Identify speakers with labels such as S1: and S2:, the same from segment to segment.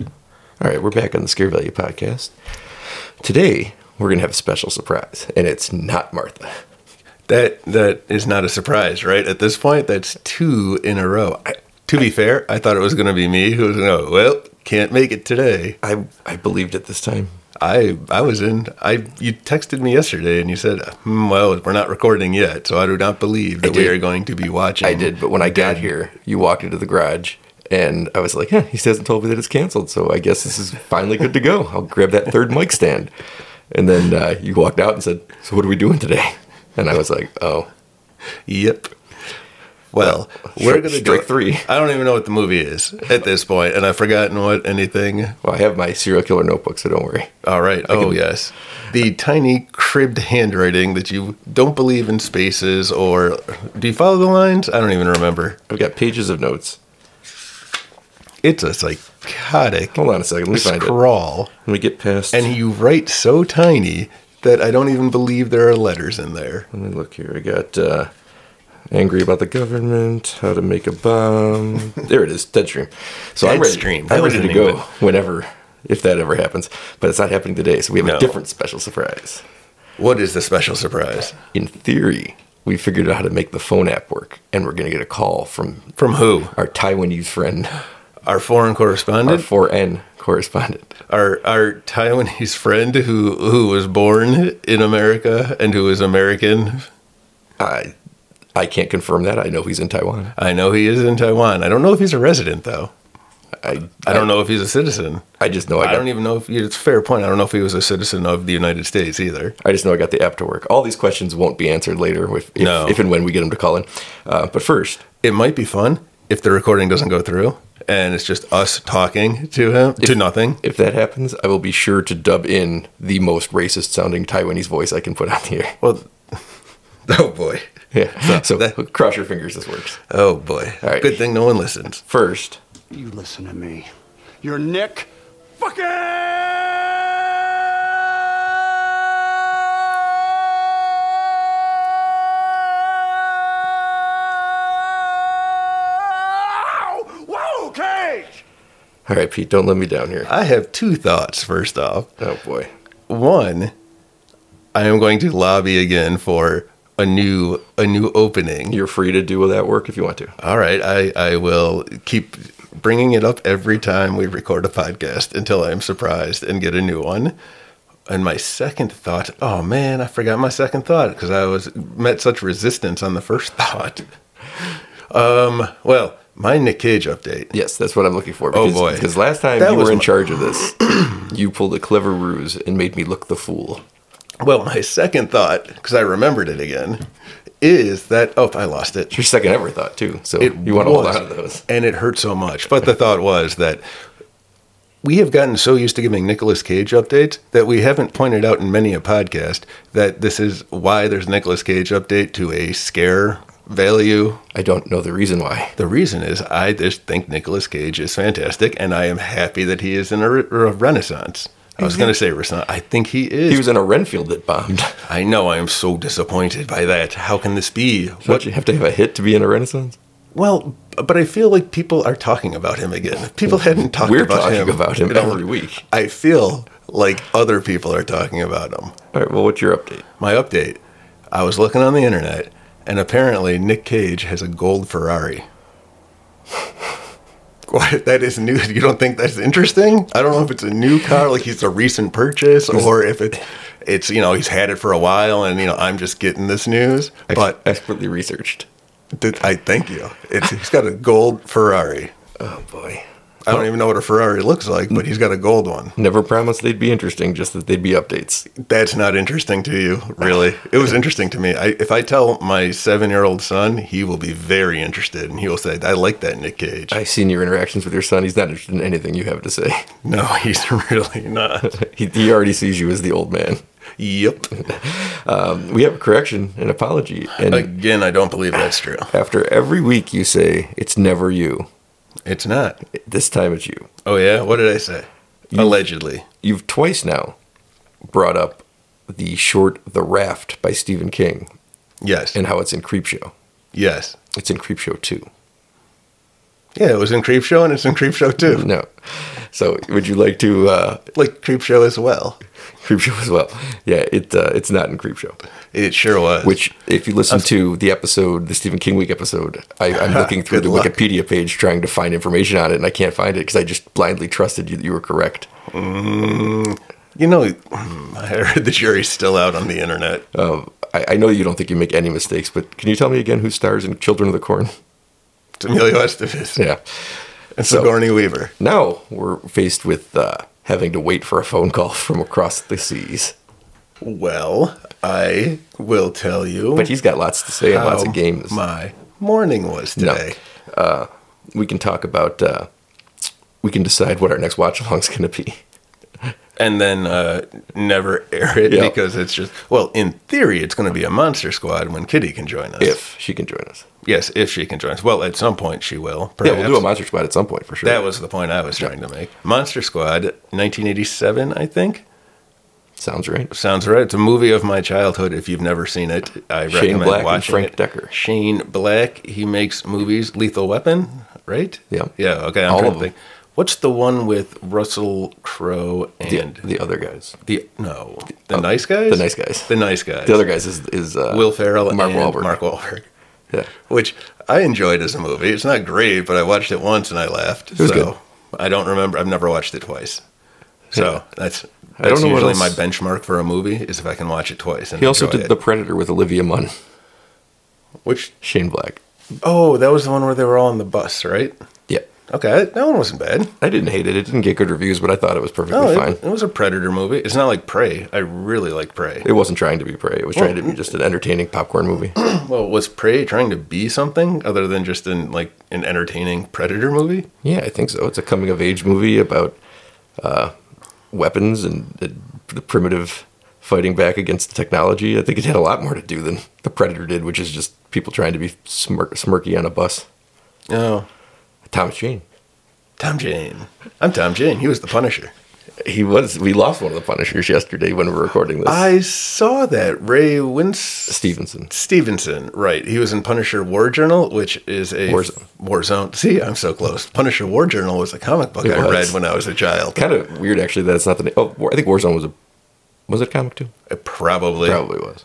S1: All right, we're back on the Scare Value podcast. Today, we're going to have a special surprise, and it's not Martha.
S2: That that is not a surprise, right? At this point, that's two in a row. I, to be fair, I thought it was going to be me who was going to. Well, can't make it today.
S1: I, I believed it this time.
S2: I I was in. I you texted me yesterday and you said, hmm, "Well, we're not recording yet, so I do not believe that we
S1: did.
S2: are going to be watching."
S1: I did, but when I got here, you walked into the garage, and I was like, huh, he hasn't told me that it's canceled, so I guess this is finally good to go. I'll grab that third mic stand. And then uh, you walked out and said, so what are we doing today? And I was like, oh,
S2: Yep. Well, we're
S1: Strike-
S2: going to do
S1: strike
S2: it.
S1: three.
S2: I don't even know what the movie is at this point, and I've forgotten what anything.
S1: well, I have my serial killer notebook, so don't worry.
S2: All right. oh yes, the tiny cribbed handwriting that you don't believe in spaces or do you follow the lines? I don't even remember.
S1: I've got pages of notes.
S2: It's a psychotic
S1: Hold on a second, let me find it.
S2: scrawl,
S1: Let me get past.
S2: and you write so tiny that I don't even believe there are letters in there.
S1: Let me look here. I got uh, angry about the government, how to make a bomb. there it is, Deadstream. So I'm ready,
S2: Deadstream. That
S1: I'm
S2: was
S1: ready
S2: the
S1: to
S2: name
S1: go
S2: of it.
S1: whenever, if that ever happens. But it's not happening today, so we have a
S2: No.
S1: different special surprise.
S2: What is the special surprise?
S1: In theory, we figured out how to make the phone app work, and we're going to get a call from
S2: From who?
S1: our Taiwanese friend,
S2: Our foreign
S1: our
S2: correspondent,
S1: 4N correspondent.
S2: our our Taiwanese friend who who was born in America and who is American.
S1: I, I can't confirm that. I know he's in Taiwan.
S2: I know he is in Taiwan. I don't know if he's a resident though.
S1: I,
S2: I don't know if he's a citizen.
S1: I just know I,
S2: I
S1: got
S2: don't even know if it's a fair point. I don't know if he was a citizen of the United States either.
S1: I just know I got the app to work. All these questions won't be answered later if, if,
S2: No.
S1: if and when we get them to call in. Uh, but first,
S2: It might be fun if the recording doesn't go through and it's just us talking to him to nothing.
S1: if that happens, I will be sure to dub in the most racist sounding Taiwanese voice I can put on the air.
S2: Well, oh boy,
S1: Yeah. So,
S2: that-
S1: cross your fingers this works.
S2: oh boy.
S1: All right.
S2: Good thing no one listens.
S1: First,
S3: You listen to me. You're Nick fucking Wow, Cage!
S1: all right, Pete, don't let me down here.
S2: I have two thoughts. First off,
S1: Oh boy.
S2: one, I am going to lobby again for a new a new opening.
S1: You're free to do that work if you want to.
S2: All right, I, I will keep bringing it up every time we record a podcast until I'm surprised and get a new one. And my second thought, oh man, I forgot my second thought because I was met such resistance on the first thought. Um, well, my Nick Cage update.
S1: Yes, that's what I'm looking for.
S2: Oh,
S1: Because,
S2: boy.
S1: Because last time
S2: That
S1: you
S2: was
S1: were in
S2: my-
S1: charge of this, you pulled a clever ruse and made me look the fool.
S2: Well, my second thought, because I remembered it again, is that oh, I lost it.
S1: Your second ever thought too. So
S2: It
S1: you want to hold
S2: was,
S1: on to those.
S2: And it hurt so much. But the thought was that we have gotten so used to giving Nicolas Cage updates that we haven't pointed out in many a podcast that this is why there's Nicolas Cage update to a scare value.
S1: I don't know the reason why.
S2: The reason is I just think Nicolas Cage is fantastic and I am happy that he is in a, re- a renaissance. I was going to say renaissance. I think he is.
S1: Mm-hmm. He was in a Renfield that bombed.
S2: I know I am so disappointed by that. How can this be?
S1: What you have to have a hit to be in a renaissance?
S2: Well, but I feel like people are talking about him again. People hadn't talked
S1: We're
S2: about
S1: talking
S2: him.
S1: about him
S2: you know.
S1: every week.
S2: I feel like other people are talking about him.
S1: All right. Well, what's your update?
S2: My update I was looking on the internet, and apparently Nick Cage has a gold Ferrari. What? That is new. You don't think that's interesting? I don't know if it's a new car, like it's a recent purchase, or if it's, it's you know, he's had it for a while, and you know, I'm just getting this news. But
S1: expertly researched.
S2: th- I thank you. It's he's got a gold Ferrari.
S1: Oh boy.
S2: I don't even know what a Ferrari looks like, but he's got a gold one.
S1: Never promised they'd be interesting, just that they'd be updates.
S2: That's not interesting to you, really. It was interesting to me. I, if I tell my seven-year-old son, he will be very interested, and he will say, "I like that Nick Cage."
S1: I've seen your interactions with your son. He's not interested in anything you have to say.
S2: no, he's really not.
S1: He, he already sees you as the old man.
S2: yep.
S1: Um, we have a correction, an apology, and
S2: Again, I don't believe that's true.
S1: after every week you say it's never you.
S2: It's not.
S1: This time it's you.
S2: Oh yeah. What did I say? Allegedly.
S1: You've twice now brought up the short "The Raft" by Stephen King
S2: Yes.
S1: and how it's in Creepshow.
S2: yes.
S1: It's in Creepshow two.
S2: Yeah, it was in Creep Show and it's in Creep Show too.
S1: No. So would you like to uh,
S2: Like Creep Show as well.
S1: creep show as well? Yeah, it uh, it's not in creep show.
S2: It sure was.
S1: Which, if you listen to the episode, the Stephen King week episode, I, I'm looking through the
S2: Good luck.
S1: Wikipedia page trying to find information on it, and I can't find it because I just blindly trusted you that you were correct.
S2: you know, hmm, I heard the jury's still out on the internet.
S1: Um, I, I know you don't think you make any mistakes, but can you tell me again who stars in Children of the Corn?
S2: It's Emilio Estevez
S1: Yeah.
S2: and
S1: so-
S2: Sigourney Weaver.
S1: Now we're faced with uh, having to wait for a phone call from across the seas.
S2: Well, I will tell you.
S1: But he's got lots to say and lots
S2: how
S1: of games.
S2: My morning was
S1: No.
S2: today.
S1: We can talk about, uh, we can decide what our next watch along is going to be.
S2: and then uh, never air it
S1: Yeah.
S2: because it's just well in theory it's going to be a monster squad when kitty can join us
S1: If she can join us.
S2: yes if she can join us well at some point she will
S1: Yeah,
S2: perhaps.
S1: we'll do a Monster Squad at some point for sure.
S2: that was the point i was trying to make monster squad 1987 i think
S1: Sounds right.
S2: sounds right it's a movie of my childhood if you've never seen it i
S1: Shane
S2: recommend
S1: Black and
S2: watching
S1: Frank
S2: it.
S1: Decker.
S2: shane black he makes movies lethal weapon right
S1: Yeah.
S2: yeah okay i'm
S1: All
S2: trying
S1: of
S2: to
S1: them.
S2: think what's the one with russell crowe
S1: The,
S2: and
S1: the other guys. Oh,
S2: The no, the nice guys.
S1: the nice guys.
S2: The nice guys.
S1: The other guys is, is uh,
S2: Will Ferrell
S1: Mark
S2: and
S1: Wahlberg.
S2: Mark Wahlberg,
S1: Yeah.
S2: which I enjoyed as a movie. It's not great, but I watched it once and I laughed.
S1: was
S2: so
S1: good.
S2: I don't remember. I've never watched it twice. So
S1: Yeah.
S2: that's that's
S1: I don't know what
S2: usually
S1: else-
S2: my benchmark for a movie is if I can watch it twice. And
S1: He also
S2: enjoy
S1: did
S2: it.
S1: The Predator with Olivia Munn,
S2: which
S1: Shane Black.
S2: oh that was the one where they were all on the bus, right?
S1: Yeah.
S2: Okay, that one wasn't bad.
S1: I didn't hate it. It didn't get good reviews, but I thought it was perfectly
S2: No,
S1: fine.
S2: Oh, it, it was a predator movie. It's not like Prey. I really like Prey.
S1: It wasn't trying to be prey. It was trying to be just an entertaining popcorn movie.
S2: Well, was Prey trying to be something other than just an like an entertaining predator movie?
S1: yeah, I think so. It's a coming of age movie about uh, weapons and the, the primitive fighting back against technology. I think it had a lot more to do than the Predator did, which is just people trying to be smirk, smirky on a bus.
S2: Oh,
S1: Thomas Jane.
S2: Tom Jane. I'm Tom Jane. He was the Punisher.
S1: He was. We lost one of the Punishers yesterday when we were recording this.
S2: I saw that Ray Wins
S1: Stevenson.
S2: Stevenson. Right, he was in Punisher War Journal, which is a
S1: Warzone.
S2: Warzone. See, I'm so close. Punisher War Journal was a comic book
S1: It
S2: I
S1: was.
S2: read when I was a child.
S1: Kind of weird, actually, that it's not the name. Oh, War- I think Warzone was a. Was it a comic too?
S2: It Probably.
S1: Probably was.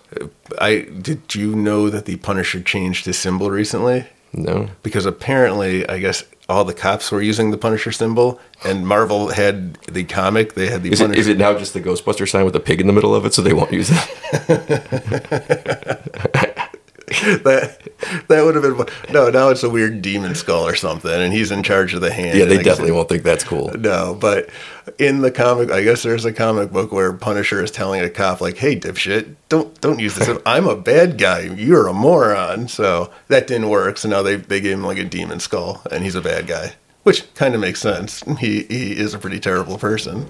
S2: I did. You know that the Punisher changed his symbol recently.
S1: No.
S2: because apparently, I guess all the cops were using the Punisher symbol, and Marvel had the comic. They had the
S1: Is it,
S2: Punisher.
S1: is it now just the Ghostbuster sign with a pig in the middle of it, so they won't use it?
S2: that that would have been no. Now it's a weird demon skull or something, and he's in charge of the hand.
S1: yeah,
S2: and
S1: they
S2: I guess
S1: definitely
S2: it-
S1: won't think that's cool.
S2: No, but in the comic, I guess there's a comic book where Punisher is telling a cop like, "Hey, dipshit, don't don't use this. I'm a bad guy. You're a moron." So that didn't work. So now they they gave him like a demon skull, and he's a bad guy, which kind of makes sense. He he is a pretty terrible person.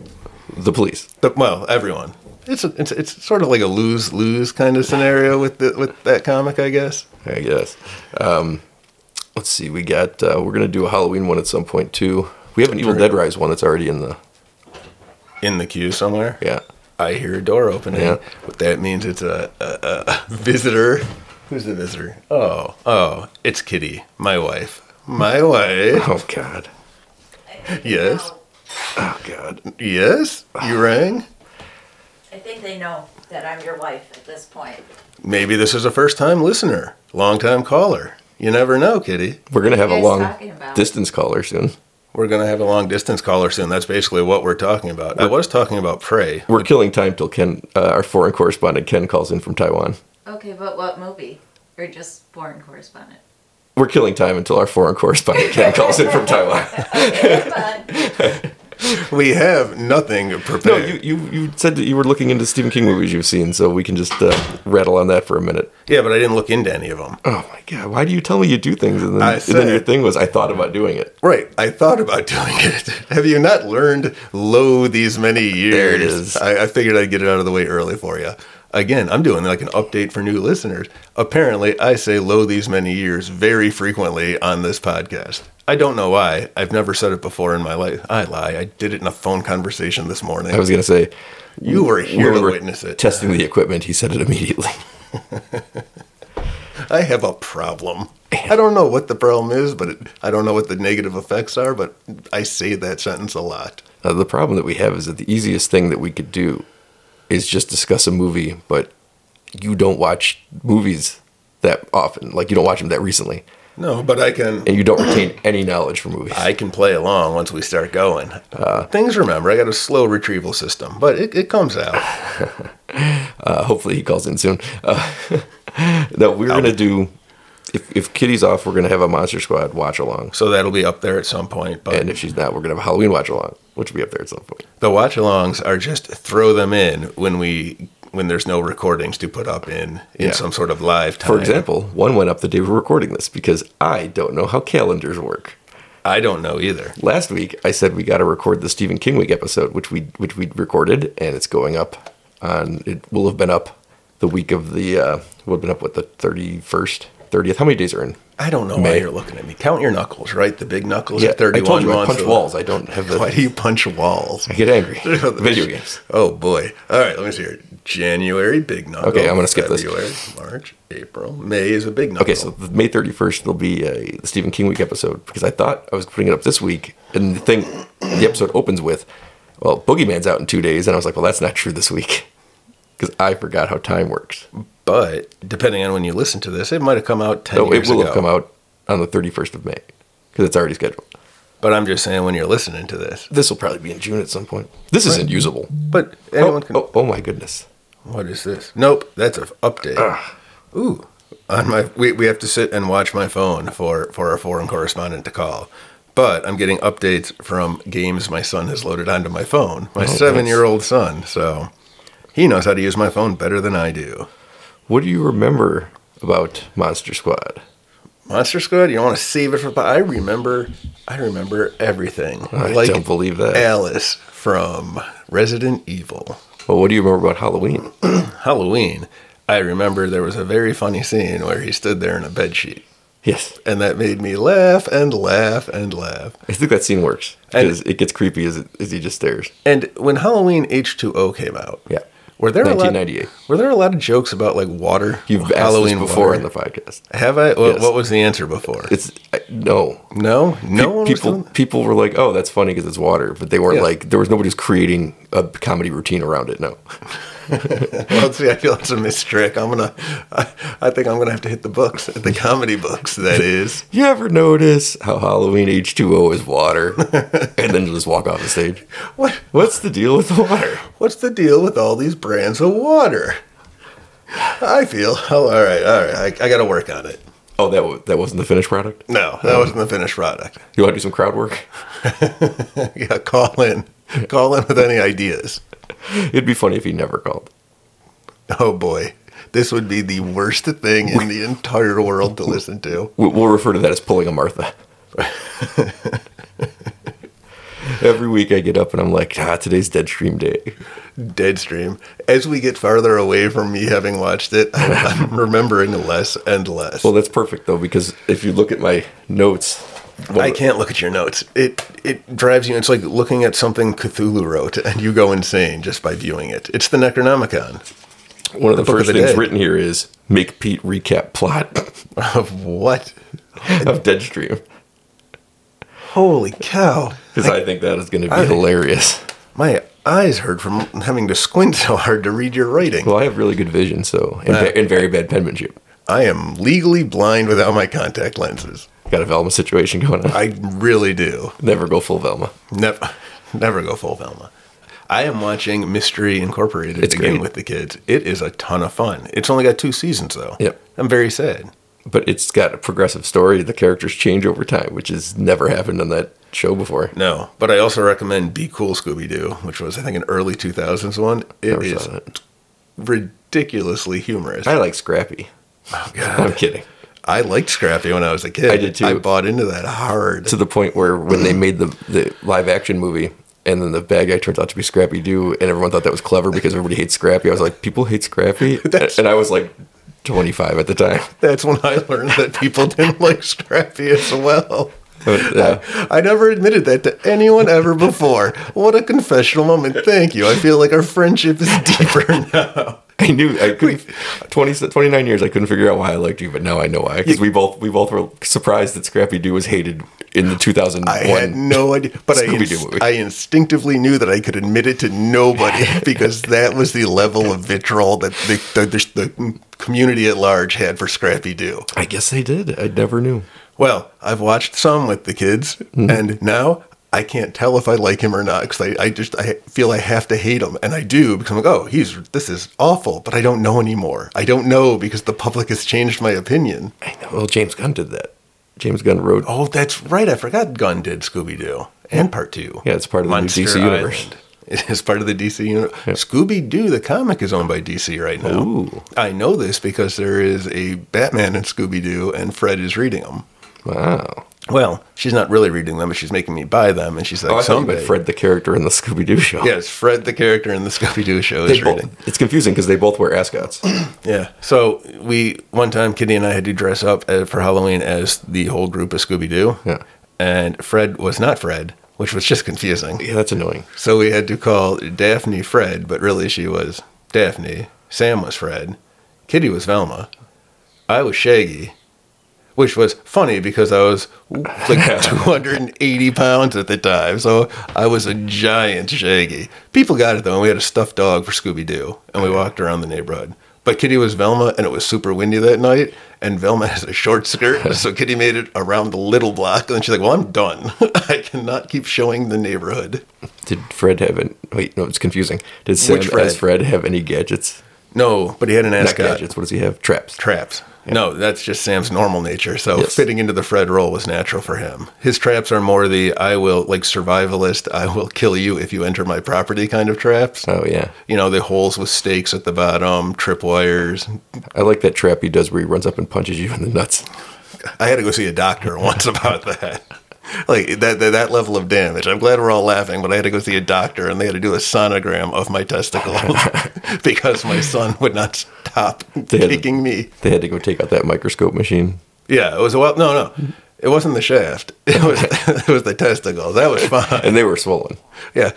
S1: The police.
S2: the, well, everyone. It's, a, it's it's sort of like a lose lose kind of scenario with the, with that comic, I guess.
S1: I guess. Um, let's see. We got. Uh, we're gonna do a Halloween one at some point too. We have an Evil Dead Rise one that's already in the.
S2: In the queue somewhere.
S1: Yeah.
S2: I hear a door opening.
S1: Yeah.
S2: What that means it's a, a, a visitor. Who's the visitor? Oh oh, it's Kitty, my wife. My wife.
S1: Oh God.
S2: Yes
S4: know-
S1: Oh God.
S2: yes. You rang.
S4: I think they know that I'm your wife at this point.
S2: Maybe this is a first time listener, long time caller. You never know, Kitty.
S1: We're gonna have
S4: What
S1: a
S4: are you guys talking
S1: long
S4: about?
S1: distance caller soon.
S2: We're gonna have a long distance caller soon. That's basically what we're talking about. I was talking about prey.
S1: We're killing time till Ken, uh, our foreign correspondent Ken, calls in from Taiwan.
S4: Okay, but what movie? Or just foreign correspondent?
S1: We're killing time until our foreign correspondent Ken calls in from Taiwan.
S4: Fun.
S2: We have nothing prepared.
S1: No, you, you you said that you were looking into Stephen King movies you've seen, so we can just uh, rattle on that for a minute.
S2: yeah, but I didn't look into any of them.
S1: Oh my god, why do you tell me you do things and then,
S2: I
S1: and then your
S2: said-
S1: thing was I thought about doing it.
S2: Right. I thought about doing it. Have you not learned lo these many years?
S1: There it is.
S2: I, I figured I'd get it out of the way early for you. Again, I'm doing like an update for new listeners. Apparently, I say lo these many years very frequently on this podcast. I don't know why. I've never said it before in my life. I lie. I did it in a phone conversation this morning.
S1: I was gonna say
S2: you were here
S1: when
S2: to
S1: we were
S2: witness it.
S1: testing the equipment. He said it immediately.
S2: I have a problem. I don't know what the problem is, but it, I don't know what the negative effects are, but I say that sentence a lot.
S1: Uh, the problem that we have is that the easiest thing that we could do is just discuss a movie, but you don't watch movies that often. Like you don't watch them that recently,
S2: No, but I can
S1: and you don't retain any knowledge from movies.
S2: I can play along once we start going.
S1: Uh,
S2: Things remember, I got a slow retrieval system, but it, it comes out.
S1: Uh, hopefully, he calls in soon. Uh, no, we're gonna do. If if Kitty's off, we're gonna have a Monster Squad watch along,
S2: So that'll be up there at some point. But
S1: and if she's not, we're gonna have a Halloween watch along, which will be up there at some point.
S2: the watch alongs are just throw them in when we when there's no recordings to put up in in
S1: Yeah.
S2: some sort of live time.
S1: For example, one went up the day we're recording this because I don't know how calendars work.
S2: I don't know either.
S1: Last week, I said we got to record the Stephen King week episode, which we which we recorded, and it's going up on. It will have been up the week of the uh, would have been up with the thirty first, thirtieth. How many days are in?
S2: I don't know why
S1: May.
S2: you're looking at me. Count your knuckles, right? The big knuckles at
S1: I
S2: 31
S1: told you I
S2: months
S1: punch
S2: old.
S1: walls. I don't have the.
S2: Why do you punch walls?
S1: I get angry. Video games.
S2: Oh boy! All right, let me see here. January big knuckle.
S1: Okay, I'm gonna skip this.
S2: February, March, April, May is a big knuckle.
S1: Okay, so the May 31st, there'll be a Stephen King Week episode because I thought I was putting it up this week. And the thing, the episode opens with, well, Boogeyman's out in two days. And I was like, well, that's not true this week because I forgot how time works.
S2: but depending on when you listen to this, it might have come out ten
S1: No, it
S2: years
S1: will
S2: ago.
S1: have come out on the 31st of May because it's already scheduled.
S2: But I'm just saying when you're listening to this.
S1: This will probably be in June at some point. This isn't usable.
S2: But
S1: Oh,
S2: anyone can.
S1: oh, oh my goodness.
S2: What is this? Nope, that's an update. Ooh, on my we, we have to sit and watch my phone for for our foreign correspondent to call. But I'm getting updates from games my son has loaded onto my phone. My
S1: nice.
S2: 7 year old son, so he knows how to use my phone better than I do.
S1: What do you remember about Monster Squad?
S2: Monster Squad, you don't want to save it for. But I remember, I remember everything.
S1: I don't believe that.
S2: Alice from Resident Evil.
S1: Well, what do you remember about Halloween?
S2: Halloween, I remember there was a very funny scene where he stood there in a bedsheet.
S1: Yes.
S2: And that made me laugh and laugh and laugh.
S1: I think that scene works
S2: And-
S1: because it gets creepy as, it, as he just stares.
S2: And when Halloween H2O came out,
S1: Yeah.
S2: were there a
S1: 1998.
S2: lot, were there a lot of jokes about like water?
S1: You've asked
S2: Halloween
S1: this before
S2: water?
S1: in the podcast.
S2: Have I? Well,
S1: Yes.
S2: What was the answer before?
S1: It's I- no,
S2: no, no
S1: Pe-
S2: one was
S1: people
S2: doing that?
S1: people were like, "Oh, that's funny because it's water," but they weren't
S2: Yeah.
S1: like there was nobody who's creating a comedy routine around it. No,
S2: Well, see, I feel it's a mistrick. I'm gonna, I, I think I'm gonna have to hit the books, the comedy books. That is,
S1: you ever notice how Halloween H two O is water, and then just walk off the stage?
S2: what
S1: What's the deal with the water?
S2: what's the deal with all these brands of water? I feel oh, all right, all right. I, I got to work on it.
S1: Oh, that wa- that wasn't the finished product.
S2: No, that wasn't the finished product.
S1: You want to do some crowd work?
S2: Yeah, call in, call in with any ideas.
S1: It'd be funny if he never called.
S2: Oh boy, this would be the worst thing in the entire world to listen to.
S1: We- We'll refer to that as pulling a Martha. Every week I get up and I'm like, ah, today's Deadstream day.
S2: Deadstream. As we get farther away from me having watched it, I'm remembering less and less.
S1: Well, that's perfect though because if you look at my notes, well,
S2: I can't look at your notes. It it drives you. It's like looking at something Cthulhu wrote, and you go insane just by viewing it. It's the Necronomicon.
S1: One of the,
S2: Book of
S1: first
S2: the
S1: things
S2: Dead.
S1: written here is make Pete recap plot
S2: Of what?
S1: of Deadstream
S2: Holy cow!
S1: because I think that is going to be
S2: I-
S1: hilarious.
S2: My eyes hurt from having to squint so hard to read your writing.
S1: Well, I have really good vision, so and, ve- and very bad penmanship.
S2: I am legally blind without my contact lenses.
S1: Got a Velma situation going on. I
S2: I really do.
S1: never go full Velma.
S2: Never, never go full Velma. I am watching Mystery Incorporated
S1: It's
S2: again
S1: great.
S2: with the kids. It is a ton of fun. It's only got two seasons though.
S1: Yep.
S2: I'm very sad.
S1: But it's got a progressive story. The characters change over time, which has never happened on that show before.
S2: No, but I also recommend Be Cool Scooby Doo, which was I think an early 2000s one. It
S1: Never
S2: is
S1: saw that.
S2: ridiculously humorous.
S1: I like Scrappy.
S2: oh
S1: I'm
S2: god.
S1: kidding.
S2: I liked Scrappy when I was a kid.
S1: I did, too.
S2: I bought into that hard.
S1: To the point where when they made the, the live action movie and then the bad guy turns out to be Scrappy Doo and everyone thought that was clever because everybody hates Scrappy. I was like, people hate Scrappy?
S2: That's-
S1: and I was like 25 at the time.
S2: That's when I learned that people didn't like Scrappy as well.
S1: But, uh,
S2: I never admitted that to anyone ever before. What a confessional moment. Thank you. I feel like our friendship is deeper now.
S1: I knew I could 20, 29 years I couldn't figure out why I liked you, but now I know why. Because we both we both were surprised that Scrappy Doo was hated in the two thousand
S2: I had
S1: one.
S2: no idea, but I,
S1: Scooby-Doo
S2: ins-
S1: movie.
S2: I instinctively knew that I could admit it to nobody because that was the level of vitriol that the, the, the, the community at large had for Scrappy Doo.
S1: I guess they did. I never knew.
S2: Well, I've watched some with the kids,
S1: Mm-hmm.
S2: and now I can't tell if I like him or not because I, I just I feel I have to hate him, and I do because I'm like, oh, he's this is awful, but I don't know anymore. I don't know because the public has changed my opinion.
S1: I know. Well, James Gunn did that. James Gunn wrote.
S2: Oh, that's right, I forgot Gunn did Scooby Doo and Part Two.
S1: Yeah, it's part of the new DC universe.
S2: It is part of the DC universe. Scooby Doo, the comic, is owned by DC right now.
S1: Ooh.
S2: I know this because there is a Batman and Scooby Doo, and Fred is reading them.
S1: Wow.
S2: Well, she's not really reading them, but she's making me buy them, and she's like,
S1: Oh, I thought you
S2: "Someday,
S1: meant Fred the character in the Scooby Doo show.
S2: Yes, Fred, the character in the Scooby Doo show,
S1: They
S2: is reading.
S1: both, it's confusing because they both wear ascots.
S2: Yeah. So we one time, Kitty and I had to dress up uh, for Halloween as the whole group of Scooby Doo.
S1: Yeah.
S2: And Fred was not Fred, which was just confusing.
S1: yeah, that's annoying.
S2: So we had to call Daphne Fred, but really she was Daphne. Sam was Fred. Kitty was Velma. I was Shaggy. Which was funny because I was like 280 pounds at the time. So I was a giant Shaggy. People got it though, and we had a stuffed dog for Scooby Doo, and we walked around the neighborhood. But Kitty was Velma, and it was super windy that night. And Velma has a short skirt, so Kitty made it around the little block. And she's like, Well, I'm done. I cannot keep showing the neighborhood.
S1: Did Fred have an? Wait, no, it's confusing. Did Sam
S2: Which Fred?
S1: as Fred have any gadgets?
S2: No, but he had an
S1: Not
S2: ascot.
S1: gadgets. What does he have? Traps.
S2: Traps. No, that's just Sam's normal nature. So
S1: Yes.
S2: fitting into the Fred role was natural for him. His traps are more the I will like survivalist, I will kill you if you enter my property kind of traps.
S1: Oh yeah,
S2: You know, the holes with stakes at the bottom, tripwires.
S1: I like that trap he does where he runs up and punches you in the nuts.
S2: I had to go see a doctor once about that. Like that, that that level of damage. I'm glad we're all laughing, but I had to go see a doctor and they had to do a sonogram of my testicles because my son would not stop
S1: They had-
S2: kicking me.
S1: They had to go take out that microscope machine.
S2: Yeah, it was a well. No, no, it wasn't the shaft. It was it was the testicles. That was fine.
S1: and they were swollen.
S2: Yeah.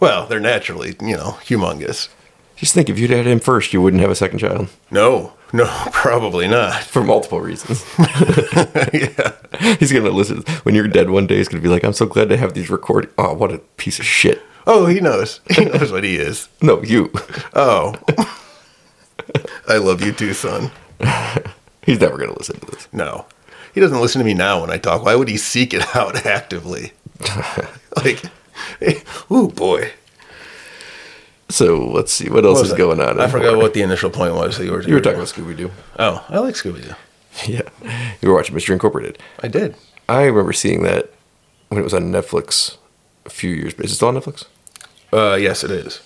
S2: Well, they're naturally, you know, humongous.
S1: Just think, if you'd had him first, you wouldn't have a second child
S2: No, no, probably not.
S1: for multiple reasons.
S2: yeah.
S1: he's gonna listen when you're dead one day. He's gonna be like, "I'm so glad to have these recorded." Oh, what a piece of shit!
S2: Oh, he knows. He knows what he is.
S1: No, you.
S2: Oh. I love you too, son.
S1: He's never gonna listen to this.
S2: No. He doesn't listen to me now when I talk. Why would he seek it out actively? like, oh boy.
S1: So let's see what else
S2: What
S1: is
S2: was I-
S1: going on.
S2: I
S1: in
S2: forgot
S1: horror.
S2: what the initial point was. That you were,
S1: you were talking about. Scooby Doo.
S2: Oh, I like Scooby Doo.
S1: yeah, you were watching Mr. Incorporated.
S2: I did.
S1: I remember seeing that when it was on Netflix a few years. Is it still on Netflix?
S2: Uh, yes, it is.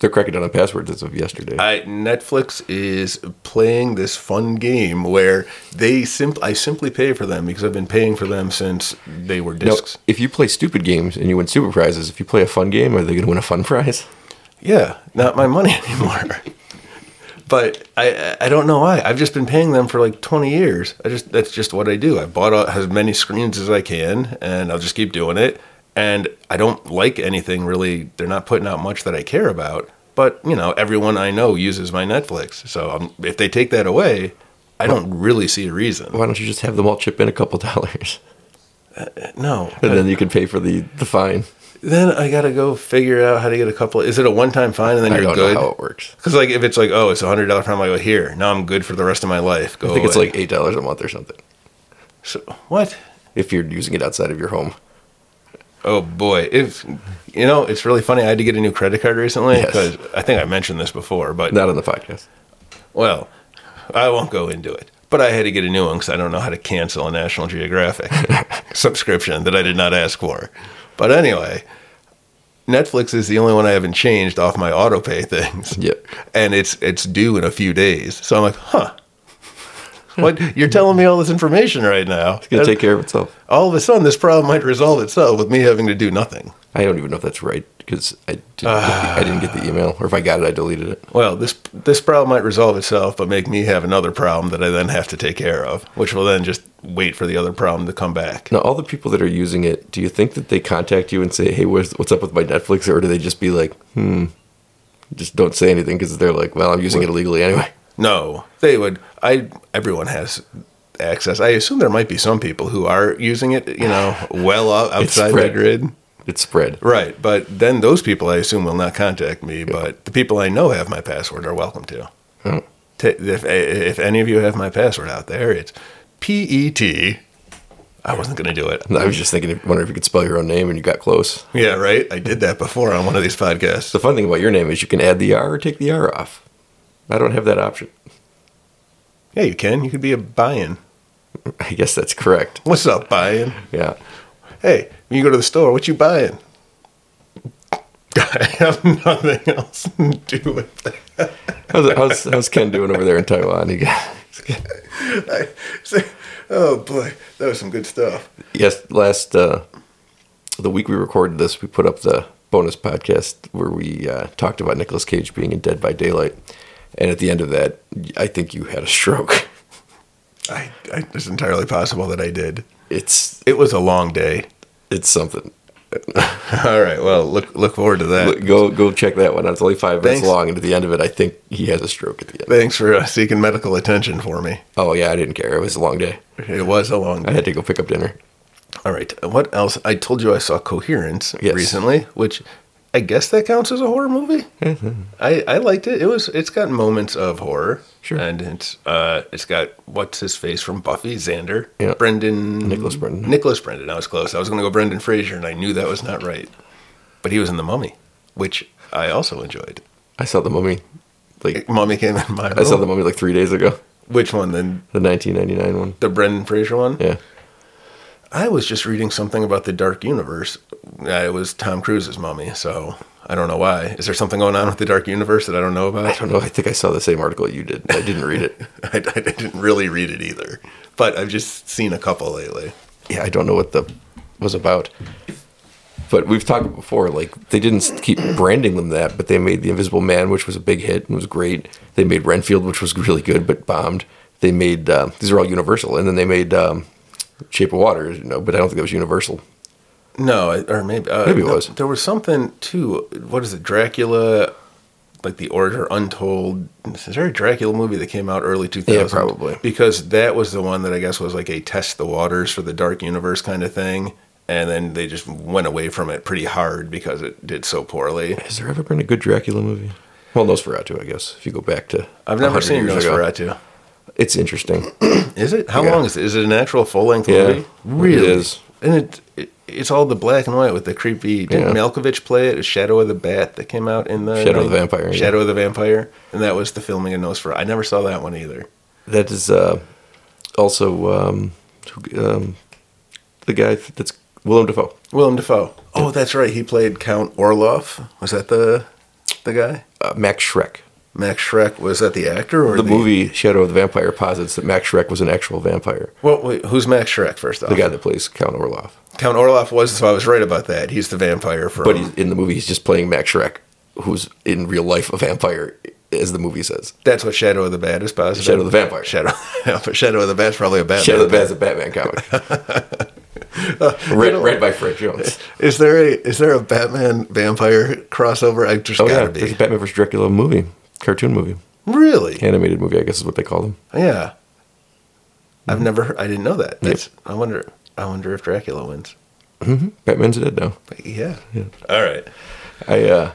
S1: They're cracking down on passwords as of yesterday.
S2: I, Netflix is playing this fun game where they simp- I simply pay for them because I've been paying for them since they were
S1: now,
S2: discs.
S1: if you play stupid games and you win super prizes, if you play a fun game, are they going to win a fun prize?
S2: Yeah, not my money anymore. but I I don't know why. I've just been paying them for like 20 years. I just that's just what I do. I bought out as many screens as I can and I'll just keep doing it. And I don't like anything really. They're not putting out much that I care about. But, you know, everyone I know uses my Netflix. So um, if they take that away, I don't really see a reason.
S1: Why don't you just have them all chip in a couple dollars,
S2: No.
S1: and then you can pay for the the fine?
S2: Then I got to go figure out how to get a couple. Is it a one-time fine and then
S1: I
S2: you're
S1: don't
S2: good?
S1: know how it works.
S2: Because like if it's like oh it's a hundred dollar fine, I'm like oh, here now I'm good for the rest of my life. Go
S1: I think it's
S2: away.
S1: like eight dollars a month or something
S2: So- what?
S1: if you're using it outside of your home.
S2: Oh boy, if you know it's really funny. I had to get a new credit card recently
S1: Yes.
S2: because I think I mentioned this before, but
S1: Not on the podcast.
S2: well, I won't go into it. But I had to get a new one because I don't know how to cancel a National Geographic subscription that I did not ask for. But anyway, Netflix is the only one I haven't changed off my autopay things.
S1: Yep.
S2: and it's it's due in a few days. So I'm like, huh. What you're telling me all this information right now?
S1: It's gonna take care of itself.
S2: all of a sudden, this problem might resolve itself with me having to do nothing.
S1: I don't even know if that's right because I didn't, get the, I didn't get the email, or if I got it, I deleted it.
S2: Well, this this problem might resolve itself, but make me have another problem that I then have to take care of, which will then just wait for the other problem to come back.
S1: Now, all the people that are using it, do you think that they contact you and say, "Hey, where's, what's up with my Netflix?" Or do they just be like, "Hmm, Just don't say anything because they're like, well, I'm using it illegally anyway.
S2: No, they would. I everyone has access. I assume there might be some people who are using it, you know, well out- outside the
S1: spread.
S2: grid.
S1: It's spread.
S2: Right, but then those people I assume will not contact me, but the people I know have my password are welcome to. Ta If, eh, if any of you have my password out there, it's PET. I wasn't going to do it.
S1: And I was just thinking, wondering if you could spell your own name, and you got close.
S2: Yeah, right? I did that before on one of these podcasts.
S1: The fun thing about your name is you can add the R or take the R off. I don't have that option.
S2: Yeah, you can. You could be a buy-in.
S1: I guess that's correct.
S2: What's up, buy-in?
S1: Yeah.
S2: Hey, when you go to the store, what you buying? I have nothing else to do with that.
S1: How's, how's, how's Ken doing over there in Taiwan? He got,
S2: I, oh boy, that was some good stuff.
S1: yes, last uh, the week we recorded this, we put up the bonus podcast where we uh, talked about Nicolas Cage being in Dead by Daylight, and at the end of that, I think you had a stroke.
S2: I, I, it's entirely possible that I did.
S1: It's
S2: It was a long day.
S1: it's something.
S2: All right. Well, look look forward to that.
S1: Look, Go go check that one out. It's only five minutes
S2: Thanks.
S1: long, and at the end of it, I think he has a stroke at the end.
S2: Thanks for uh, seeking medical attention for me.
S1: Oh yeah, I didn't care. It was a long day.
S2: It was a long
S1: I
S2: day.
S1: had to go pick up dinner.
S2: All right. What else? I told you I saw Coherence
S1: Yes.
S2: recently, which I guess that counts as a horror movie.
S1: Mm-hmm.
S2: I, I liked it. It was it's got moments of horror.
S1: Sure.
S2: And it's uh it's got what's his face from Buffy, Xander,
S1: Yeah.
S2: Brendan
S1: Nicholas Brendan.
S2: Nicholas Brendan. I was close. I was gonna go Brendan Fraser and I knew that was not right. But he was in the mummy, which I also enjoyed.
S1: I saw the mummy. Like
S2: Mummy came in my room.
S1: I saw the mummy like three days ago.
S2: Which one? Then
S1: The 1999 one.
S2: the Brendan Fraser one?
S1: Yeah.
S2: I was just reading something about the Dark Universe. Uh, It was Tom Cruise's mummy, so I don't know why. Is there something going on with the Dark Universe that I don't know
S1: I
S2: about?
S1: don't know. I think I saw the same article you did. I didn't read it.
S2: I, I didn't really read it either, but I've just seen a couple lately.
S1: yeah, I don't know what the was about. But we've talked before, like they didn't s- keep branding them that, but they made The Invisible Man, which was a big hit and was great. They made Renfield, which was really good but bombed. They made uh, these are all Universal, and then they made um, Shape of Water, you know, but I don't think that was Universal.
S2: No, I- or maybe uh,
S1: Maybe it
S2: no,
S1: was.
S2: There was something too. What is it? Dracula, like the Order Untold. Is there a Dracula movie that came out early 2000?
S1: Yeah, probably.
S2: Because that was the one that I guess was like a test the waters for the Dark Universe kind of thing, and then they just went away from it pretty hard because it did so poorly.
S1: Has there ever been a good Dracula movie? Well, Nosferatu, I guess. If you go back to,
S2: I've never
S1: 100
S2: seen
S1: years ago.
S2: Nosferatu.
S1: It's interesting.
S2: Is it? How
S1: Yeah.
S2: long is it? Is it an actual full length
S1: Yeah,
S2: movie?
S1: it is.
S2: And it, it it's all the black and white with the creepy. Did
S1: Yeah.
S2: not Malkovich play it? Shadow of the Bat that came out in the
S1: Shadow of the Vampire, yeah.
S2: Shadow of the Vampire, and that was the filming of Nosferatu. I never saw that one either.
S1: That is uh, also um, who- um, the guy that's Willem Dafoe.
S2: Willem Dafoe. Oh, that's right. He played Count Orloff. Was that the the guy?
S1: Uh, Max Schreck.
S2: Max Schreck. Was that the actor or
S1: The movie Shadow of the Vampire posits that Max Schreck was an actual vampire.
S2: Well, wait, who's Max Schreck first off?
S1: The guy that plays Count Orloff.
S2: Count Orloff was. So I was right about that. He's the vampire from.
S1: But he's, in the movie, he's just playing Max Schreck, who's in real life a vampire, as the movie says.
S2: That's what Shadow of the Bat is positive.
S1: Shadow of the Vampire.
S2: Shadow, Shadow of the Bat's probably a Batman.
S1: Shadow of the Bat's a Batman comic. read, read by Frank Jones.
S2: Is there a is there a Batman vampire crossover? I just
S1: Oh, yeah.
S2: gotta
S1: There's a
S2: be
S1: Batman vs. Dracula movie, cartoon movie,
S2: really. Yeah,
S1: animated movie, I guess is what they call them.
S2: I've
S1: Mm-hmm.
S2: never. heard- I didn't know that. That's. I wonder. I wonder if Dracula wins.
S1: Batman's dead now.
S2: But yeah. All right.
S1: I, uh,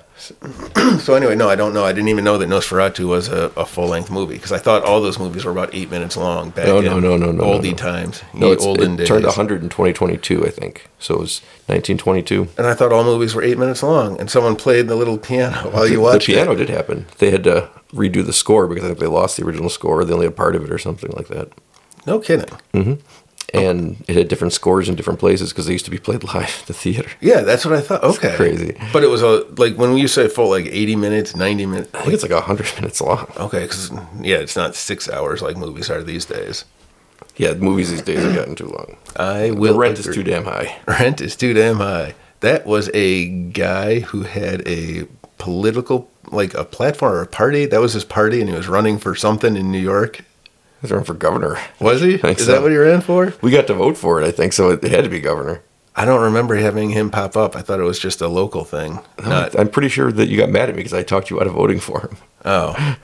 S2: So anyway, no, I don't know. I didn't even know that Nosferatu was a, a full length movie because I thought all those movies were about eight minutes long. Back
S1: No,
S2: in
S1: no, no, no, no,
S2: oldie
S1: no.
S2: times.
S1: No,
S2: ye
S1: it's, it
S2: olden days.
S1: turned 100 in 2022, I think. So it was 1922.
S2: and I thought all movies were eight minutes long. And someone played the little piano while you
S1: The-
S2: watched
S1: the piano
S2: it.
S1: did happen. They had to redo the score because I think they lost the original score. They only had part of it or something like that.
S2: No kidding. Oh.
S1: And it had different scores in different places because they used to be played live at the theater.
S2: Yeah, that's what I thought. Okay,
S1: crazy.
S2: But it was a like when you say full, like eighty minutes, ninety minutes.
S1: I think it's like 100 minutes long.
S2: Okay, because yeah, it's not six hours like movies are these days.
S1: Yeah, the movies these days have gotten too long.
S2: I
S1: The
S2: will.
S1: rent is
S2: agree.
S1: too damn high.
S2: Rent is too damn high. That was a guy who had a political, like a platform or a party. That was his party, and he was running for something in New York.
S1: He's running for governor.
S2: Was he?
S1: think
S2: Is
S1: so.
S2: that what he ran for?
S1: We got to vote for it, I think, so it, it had to be governor.
S2: I don't remember having him pop up. I thought it was just a local thing. Not,
S1: I'm pretty sure that you got mad at me because I talked you out of voting for him.
S2: oh,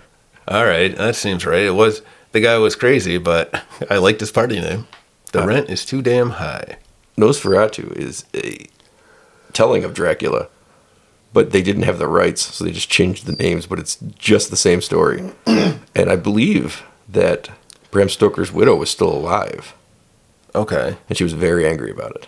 S2: all right. That seems right. It was the guy was crazy, but I liked his party name. The
S1: Uh,
S2: rent is too damn high.
S1: Nosferatu is a telling of Dracula, but they didn't have the rights, so they just changed the names, but it's just the same story. and I believe that Bram Stoker's widow was still alive,
S2: Okay.
S1: and she was very angry about it.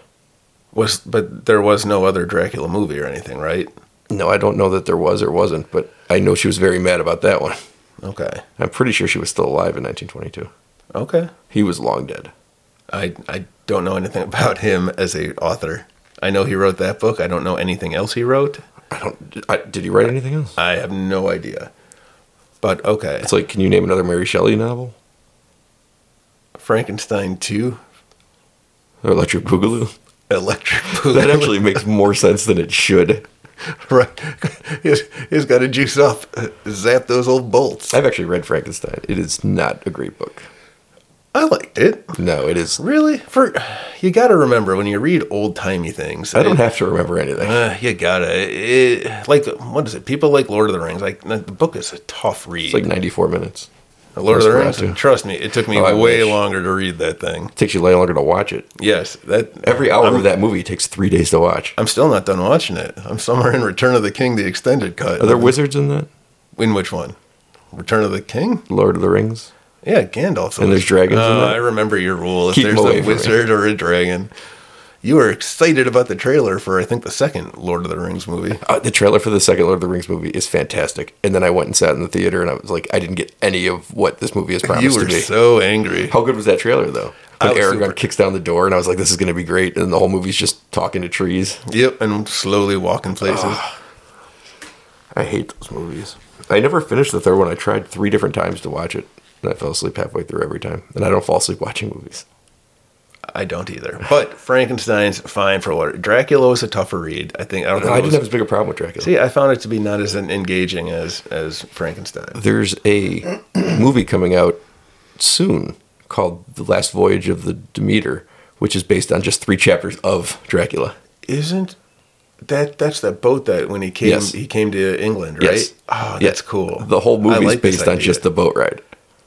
S2: Was but there was no other Dracula movie or anything, right?
S1: No, I don't know that there was or wasn't, but I know she was very mad about that one.
S2: Okay.
S1: I'm pretty sure she was still alive in 1922.
S2: Okay.
S1: He was long dead.
S2: I I don't know anything about him as a author. I know he wrote that book. I don't know anything else he wrote.
S1: I don't. I, did he write anything else?
S2: I have no idea. But okay.
S1: It's like, can you name another Mary Shelley novel
S2: Frankenstein 2
S1: or Electric Boogaloo?
S2: Electric
S1: That
S2: Boogaloo.
S1: actually makes more sense than it should.
S2: right. he's, he's got to juice up, zap those old bolts.
S1: I've actually read Frankenstein. It is not a great book.
S2: I liked it.
S1: No, it is.
S2: Really? For you got to remember when you read old timey things.
S1: I don't
S2: it-
S1: have to remember anything.
S2: Uh, you gotta it, like what is it? People like Lord of the Rings. Like the book is a tough read.
S1: It's like 94 minutes.
S2: Lord of the Rings.
S1: Nosferatu.
S2: Trust me, it took me
S1: Oh, I
S2: way
S1: wish.
S2: longer to read that thing.
S1: It takes you way longer to watch it.
S2: Yes, that
S1: Every hour
S2: I'm,
S1: of that movie takes three days to watch.
S2: I'm still not done watching it. I'm somewhere in Return of the King, the extended cut.
S1: Are there wizards in that?
S2: in which one? Return of the King?
S1: Lord of the Rings?
S2: Yeah, Gandalf.
S1: And there's dragons in
S2: Oh,
S1: that?
S2: I remember your rule. If
S1: Keep 'em
S2: there's
S1: away
S2: a
S1: from me.
S2: wizard or a dragon, you were excited about the trailer for I think the second Lord of the Rings movie.
S1: Uh, the trailer for the second Lord of the Rings movie is fantastic. And then I went and sat in the theater and I was like, I didn't get any of what this movie is
S2: You
S1: promised to
S2: were
S1: be.
S2: so angry.
S1: How good was that trailer though?
S2: I
S1: When
S2: was
S1: Aragorn
S2: super-
S1: kicks down the door and I was like, this is going to be great. And the whole movie's just talking to trees.
S2: Yep, and slowly walking places.
S1: I hate those movies. I never finished the third one. I tried three different times to watch it, and I fell asleep halfway through every time. And I don't fall asleep watching movies.
S2: I don't either. But Frankenstein's fine for what Dracula was a tougher read. I think I don't
S1: No,
S2: think
S1: I
S2: it
S1: didn't
S2: was-
S1: have as big a problem with Dracula.
S2: See, I found it to be not as engaging as as Frankenstein.
S1: There's a movie coming out soon called The Last Voyage of the Demeter, which is based on just three chapters of Dracula.
S2: Isn't that that's that boat that when he came
S1: Yes.
S2: he came to England, right?
S1: Yes.
S2: Oh,
S1: Yeah.
S2: that's cool.
S1: The whole
S2: I
S1: movie is
S2: like this
S1: based on
S2: idea.
S1: just the boat ride.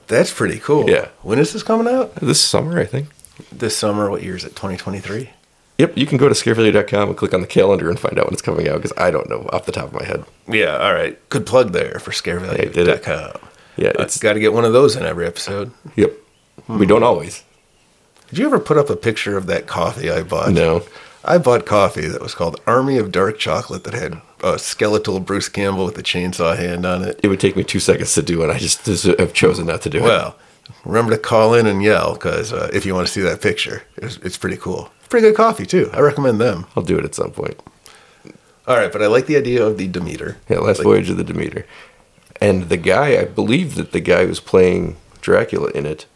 S2: That's pretty cool.
S1: Yeah.
S2: When is this coming out?
S1: This summer, I think.
S2: This summer, what year is it? 2023?
S1: Yep, you can go to scarevalue.com and click on the calendar and find out when it's coming out because I don't know off the top of my head.
S2: Yeah, all right. Good plug there for
S1: Hey, did it.
S2: scarevalue.com.
S1: Yeah,
S2: Uh,
S1: it's
S2: Got to get one of those in every episode.
S1: yep.
S2: Hmm.
S1: We don't always.
S2: Did you ever put up a picture of that coffee I bought?
S1: No.
S2: I bought coffee that was called Army of Dark Chocolate that had a skeletal Bruce Campbell with a chainsaw hand on it.
S1: it would take me two seconds to do, and I just just have chosen not to do it.
S2: Well, remember to call in and yell because uh, if you want to see that picture, it's, it's pretty cool. Pretty good coffee too. I recommend them.
S1: I'll do it at some point.
S2: All right, but I like the idea of the Demeter.
S1: Yeah, Last
S2: Like-
S1: Voyage of the Demeter, and the guy I believe that the guy who's playing Dracula in it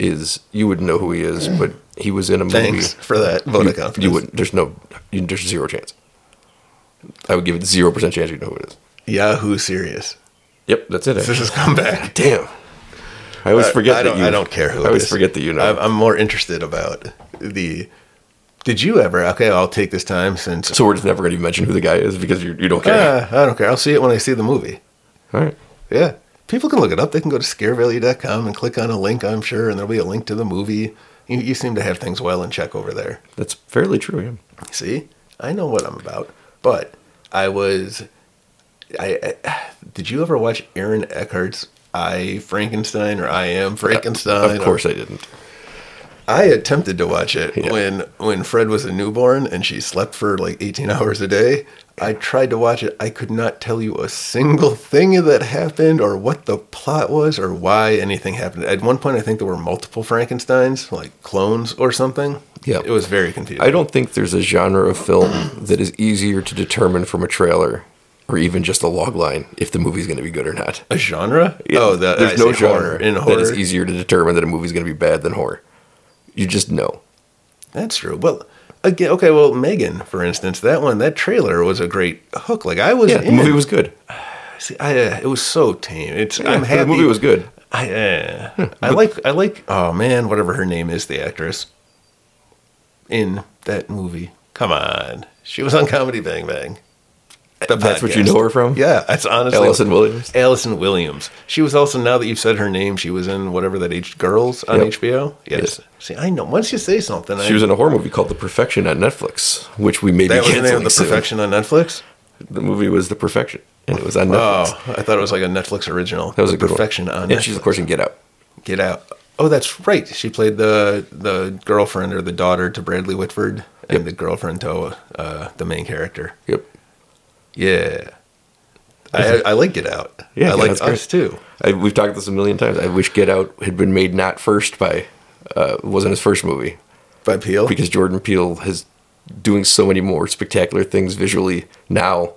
S1: is you wouldn't know who he is, but he was in a movie.
S2: Thanks for that vote of
S1: You,
S2: confidence.
S1: you wouldn't. There's no. You, there's zero chance. I would give it zero percent chance you know who it is.
S2: Yahoo serious.
S1: Yep, that's it.
S2: This
S1: actually.
S2: is comeback.
S1: Damn. I always forget
S2: I
S1: that
S2: don't,
S1: you.
S2: I don't care who.
S1: I
S2: it
S1: always
S2: is.
S1: forget that you know.
S2: I'm, I'm more interested about the. Did you ever? Okay, I'll take this time since.
S1: so we're just never going to mention who the guy is because you, you don't care.
S2: Ah, I don't care. I'll see it when I see the movie.
S1: All right.
S2: Yeah. People can look it up. They can go to scarevalue.com and click on a link, I'm sure, and there'll be a link to the movie. You, you seem to have things well in check over there.
S1: That's fairly true. Yeah.
S2: See, I know what I'm about. But I was, I, I did you ever watch Aaron Eckhart's I Frankenstein or I Am Frankenstein?
S1: Of course I didn't.
S2: I attempted to watch it
S1: Yeah.
S2: when when Fred was a newborn and she slept for like 18 hours a day. I tried to watch it. I could not tell you a single thing that happened or what the plot was or why anything happened. At one point, I think there were multiple Frankensteins, like clones or something.
S1: Yeah.
S2: It was very confusing.
S1: I don't think there's a genre of film that is easier to determine from a trailer or even just a log line if the movie's going to be good or not.
S2: a genre? oh, the,
S1: there's
S2: I
S1: no
S2: see,
S1: genre
S2: horror. in horror.
S1: that is easier to determine that a movie's going to be bad than horror. You just know.
S2: That's true. Well, again, okay. Well, Megan, for instance, that one, that trailer was a great hook. Like I was.
S1: Yeah, the
S2: in
S1: movie
S2: it.
S1: was good.
S2: See, I, uh, it was so tame. It's. I'm
S1: Yeah,
S2: happy.
S1: The movie was good.
S2: I,
S1: Hmm.
S2: uh, I like I like oh man whatever her name is the actress in that movie Come on. She was on Comedy Bang Bang. The
S1: That's what you
S2: podcast.
S1: know her from?
S2: Yeah, that's honestly
S1: Allison Williams.
S2: Allison Williams. She was also now that you've said her name, she was in whatever that H Girls on
S1: Yep.
S2: HBO. Yes. See, I know. Once you say something, I,
S1: She was in a horror movie called The Perfection on Netflix, which we may be
S2: that was the name
S1: canceling
S2: of the
S1: soon.
S2: Perfection on Netflix.
S1: The movie was The Perfection, and it was on Netflix.
S2: Oh, I thought it was like a Netflix original.
S1: That was
S2: The
S1: a good
S2: Perfection
S1: one.
S2: on
S1: Yeah,
S2: Netflix.
S1: she's of course in Get Out.
S2: Get out. Oh, that's right. She played the the girlfriend or the daughter to Bradley Whitford, and
S1: Yep.
S2: the girlfriend to uh, the main character.
S1: Yep.
S2: Yeah, I, I like Get Out.
S1: Yeah,
S2: I
S1: Get
S2: like
S1: Out's
S2: Us
S1: great.
S2: too.
S1: I, we've talked this a million times. I wish Get Out had been made not first by, uh, wasn't his first movie
S2: By Peel.
S1: because Jordan Peele has doing so many more spectacular things visually now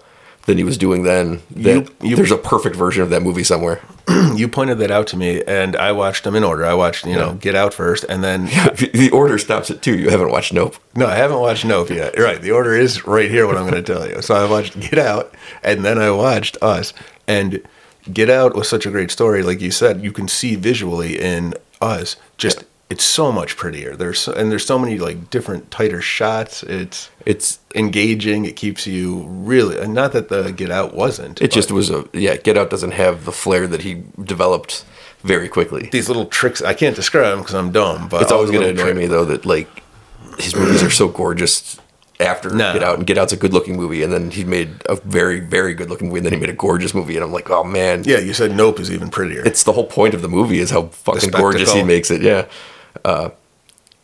S1: than he was doing then. That
S2: You- you-
S1: there's a perfect version of that movie somewhere.
S2: you pointed that out to me, and I watched them in order. I watched you know Get Out first, and then
S1: the order stops at two. You haven't watched Nope.
S2: no, I haven't watched Nope yet. Right, the order is right here. What I'm going to tell you. So I watched Get Out, and then I watched Us, and Get Out was such a great story. Like you said, you can see visually in Us just. It's so much prettier. There's so, and there's so many like different tighter shots. It's
S1: It's
S2: engaging. It keeps you really. And not that the Get Out wasn't.
S1: it just
S2: but
S1: was a yeah. Get Out doesn't have the flair that he developed very quickly.
S2: these little tricks. I can't describe them because I'm dumb. But
S1: It's
S2: all
S1: always
S2: the
S1: going to
S2: little
S1: annoy
S2: trick-
S1: me though that like his movies are so gorgeous after
S2: No.
S1: Get Out and Get Out's a good looking movie and then he made a very very good looking movie and then he made a gorgeous movie and I'm like oh man
S2: Yeah, you said Nope is even prettier.
S1: it's the whole point of the movie is how fucking
S2: spectacle.
S1: gorgeous he makes it yeah uh,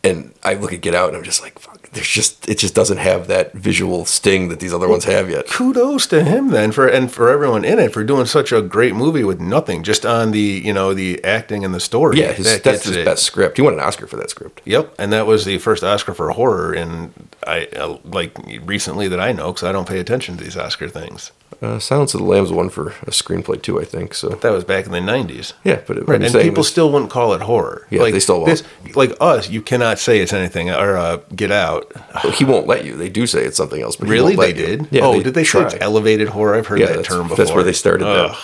S1: and I look at Get Out and I'm just like fuck there's just it just doesn't have that visual sting that these other ones have yet
S2: kudos to him then for and for everyone in it for doing such a great movie with nothing just on the you know the acting and the story
S1: yeah his,
S2: That
S1: that's
S2: gets
S1: his
S2: it.
S1: best script he won an Oscar for that script
S2: yep and that was the first oscar for horror and i uh, like recently that i know because i don't pay attention to these oscar things
S1: uh, Silence of the Lambs won for a screenplay too I think so
S2: that was back in the 90s
S1: yeah but it,
S2: Right,
S1: I'm
S2: and
S1: saying
S2: people
S1: is-
S2: still wouldn't call it horror.
S1: Yeah, they still won't.
S2: like us, you cannot say it's anything or uh, get out.
S1: He won't let you. They do say it's something else, but he
S2: Really,
S1: won't let
S2: they
S1: you.
S2: did.
S1: Yeah.
S2: oh,
S1: they
S2: did they
S1: try.
S2: say it's elevated horror? I've heard
S1: Yeah,
S2: that
S1: that's-
S2: term before.
S1: that's where they started that.
S2: Ugh,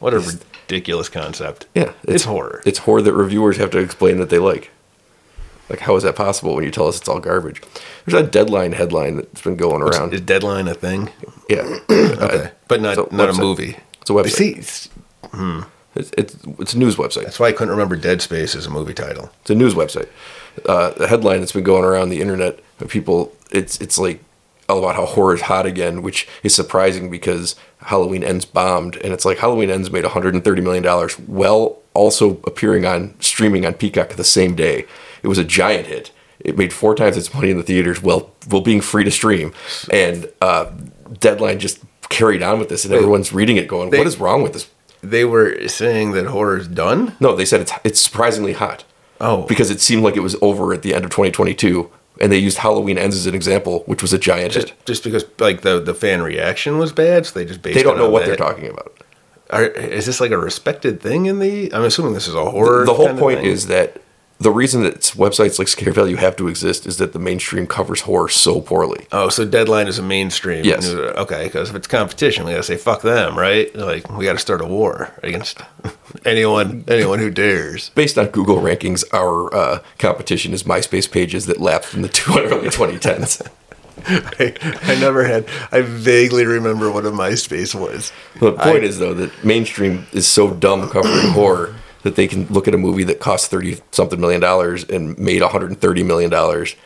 S2: What a ridiculous concept.
S1: Yeah,
S2: it's, horror.
S1: It's horror that reviewers have to explain that they like. Like, how is that possible when you tell us it's all garbage? There's a deadline headline that's been going around.
S2: Is Deadline a thing?
S1: yeah,
S2: Okay, but not
S1: So,
S2: not
S1: website.
S2: a movie.
S1: It's a website.
S2: See, it's-
S1: it's, it's it's a news website.
S2: that's why I couldn't remember Dead Space as a movie title.
S1: It's a news website. Uh, the headline that's been going around the internet of people, it's it's like all about how horror is hot again, which is surprising because Halloween Ends bombed, and it's like Halloween Ends made 130 million dollars while also appearing on streaming on Peacock the same day. It was a giant hit. It made four times its money in the theaters while while being free to stream, and uh, Deadline just carried on with this, and everyone's reading it, going, "What is wrong with this?"
S2: They were saying that horror is done.
S1: No, they said it's it's surprisingly hot.
S2: Oh.
S1: because it seemed like it was over at the end of 2022, and they used Halloween Ends as an example, which was a giant hit.
S2: Just because like the the fan reaction was bad, so they just based
S1: They don't
S2: it
S1: know
S2: on
S1: what
S2: that.
S1: they're talking about.
S2: Are, is this like a respected thing in the? I'm assuming this is a horror.
S1: The whole
S2: kinda
S1: point
S2: thing.
S1: is that the reason that websites like Scare Value have to exist is that the mainstream covers horror so poorly.
S2: Oh, so Deadline is a mainstream.
S1: Yes.
S2: Okay, because if it's competition, we gotta say fuck them, right? Like we gotta start a war against anyone anyone who dares.
S1: Based on Google rankings, our uh, competition is MySpace pages that lapsed from the two early 2010s.
S2: I, I never had. I vaguely remember what a MySpace was.
S1: The point is though that mainstream is so dumb covering horror that they can look at a movie that cost thirty something million dollars and made one hundred and thirty million dollars,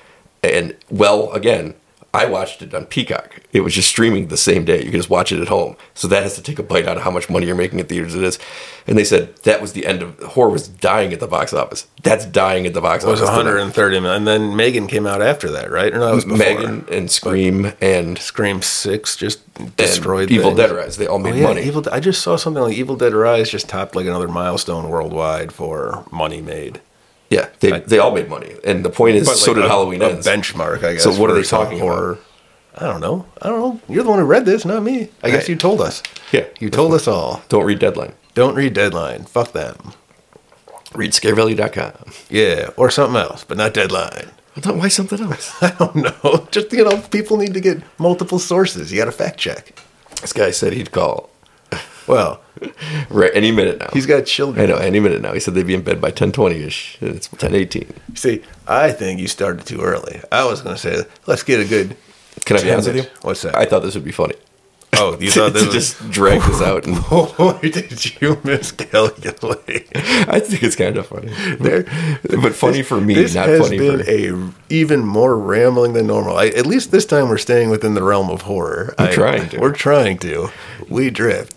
S1: and well, again, I watched it on Peacock. It was just streaming the same day. You could just watch it at home. So that has to take a bite out of how much money you're making at theaters. It is, and they said that was the end of horror was dying at the box office. That's dying at the box
S2: It was
S1: office.
S2: 130 million, and then Megan came out after that, right? Or no, it was before.
S1: Megan and Scream and,
S2: Scream Six just destroyed
S1: and Evil
S2: things.
S1: Dead Rise. They all
S2: Oh,
S1: made
S2: yeah,
S1: money.
S2: Evil. De- I just saw something like Evil Dead Rise just topped like another milestone worldwide for money made.
S1: yeah, they, they all made money. And the point is,
S2: But
S1: so
S2: like
S1: did
S2: a-
S1: Halloween
S2: a
S1: Ends.
S2: benchmark, I guess.
S1: So what are
S2: for
S1: they talking about?
S2: horror. I don't know. I don't know. You're the one who read this, not me. I guess
S1: Right.
S2: you told us.
S1: Yeah.
S2: You told us all.
S1: Don't read Deadline.
S2: Don't read Deadline. Fuck them.
S1: Read scarevalue.com.
S2: Yeah, or something else, but not Deadline.
S1: Why something else?
S2: I don't know. Just you know, people need to get multiple sources. You got to fact check.
S1: this guy said he'd call
S2: Well,
S1: right any minute now.
S2: he's got
S1: I
S2: children.
S1: know any minute now. He said they'd be in bed by ten twenty ish. It's ten eighteen.
S2: See, I think you started too early. I was going to say, let's get a good
S1: Can I be
S2: Damn
S1: honest with you?
S2: it. What's that?
S1: I thought this would be funny.
S2: Oh, you
S1: to
S2: thought this was
S1: just drag this out, and
S2: Boy, did you miscalculate?
S1: I think it's kind of funny.
S2: There,
S1: But funny for me,
S2: this
S1: not
S2: has
S1: funny
S2: been
S1: for-
S2: a even more rambling than normal. I, at least this time we're staying within the realm of horror.
S1: We're
S2: I-
S1: trying to.
S2: We're trying to. We drift,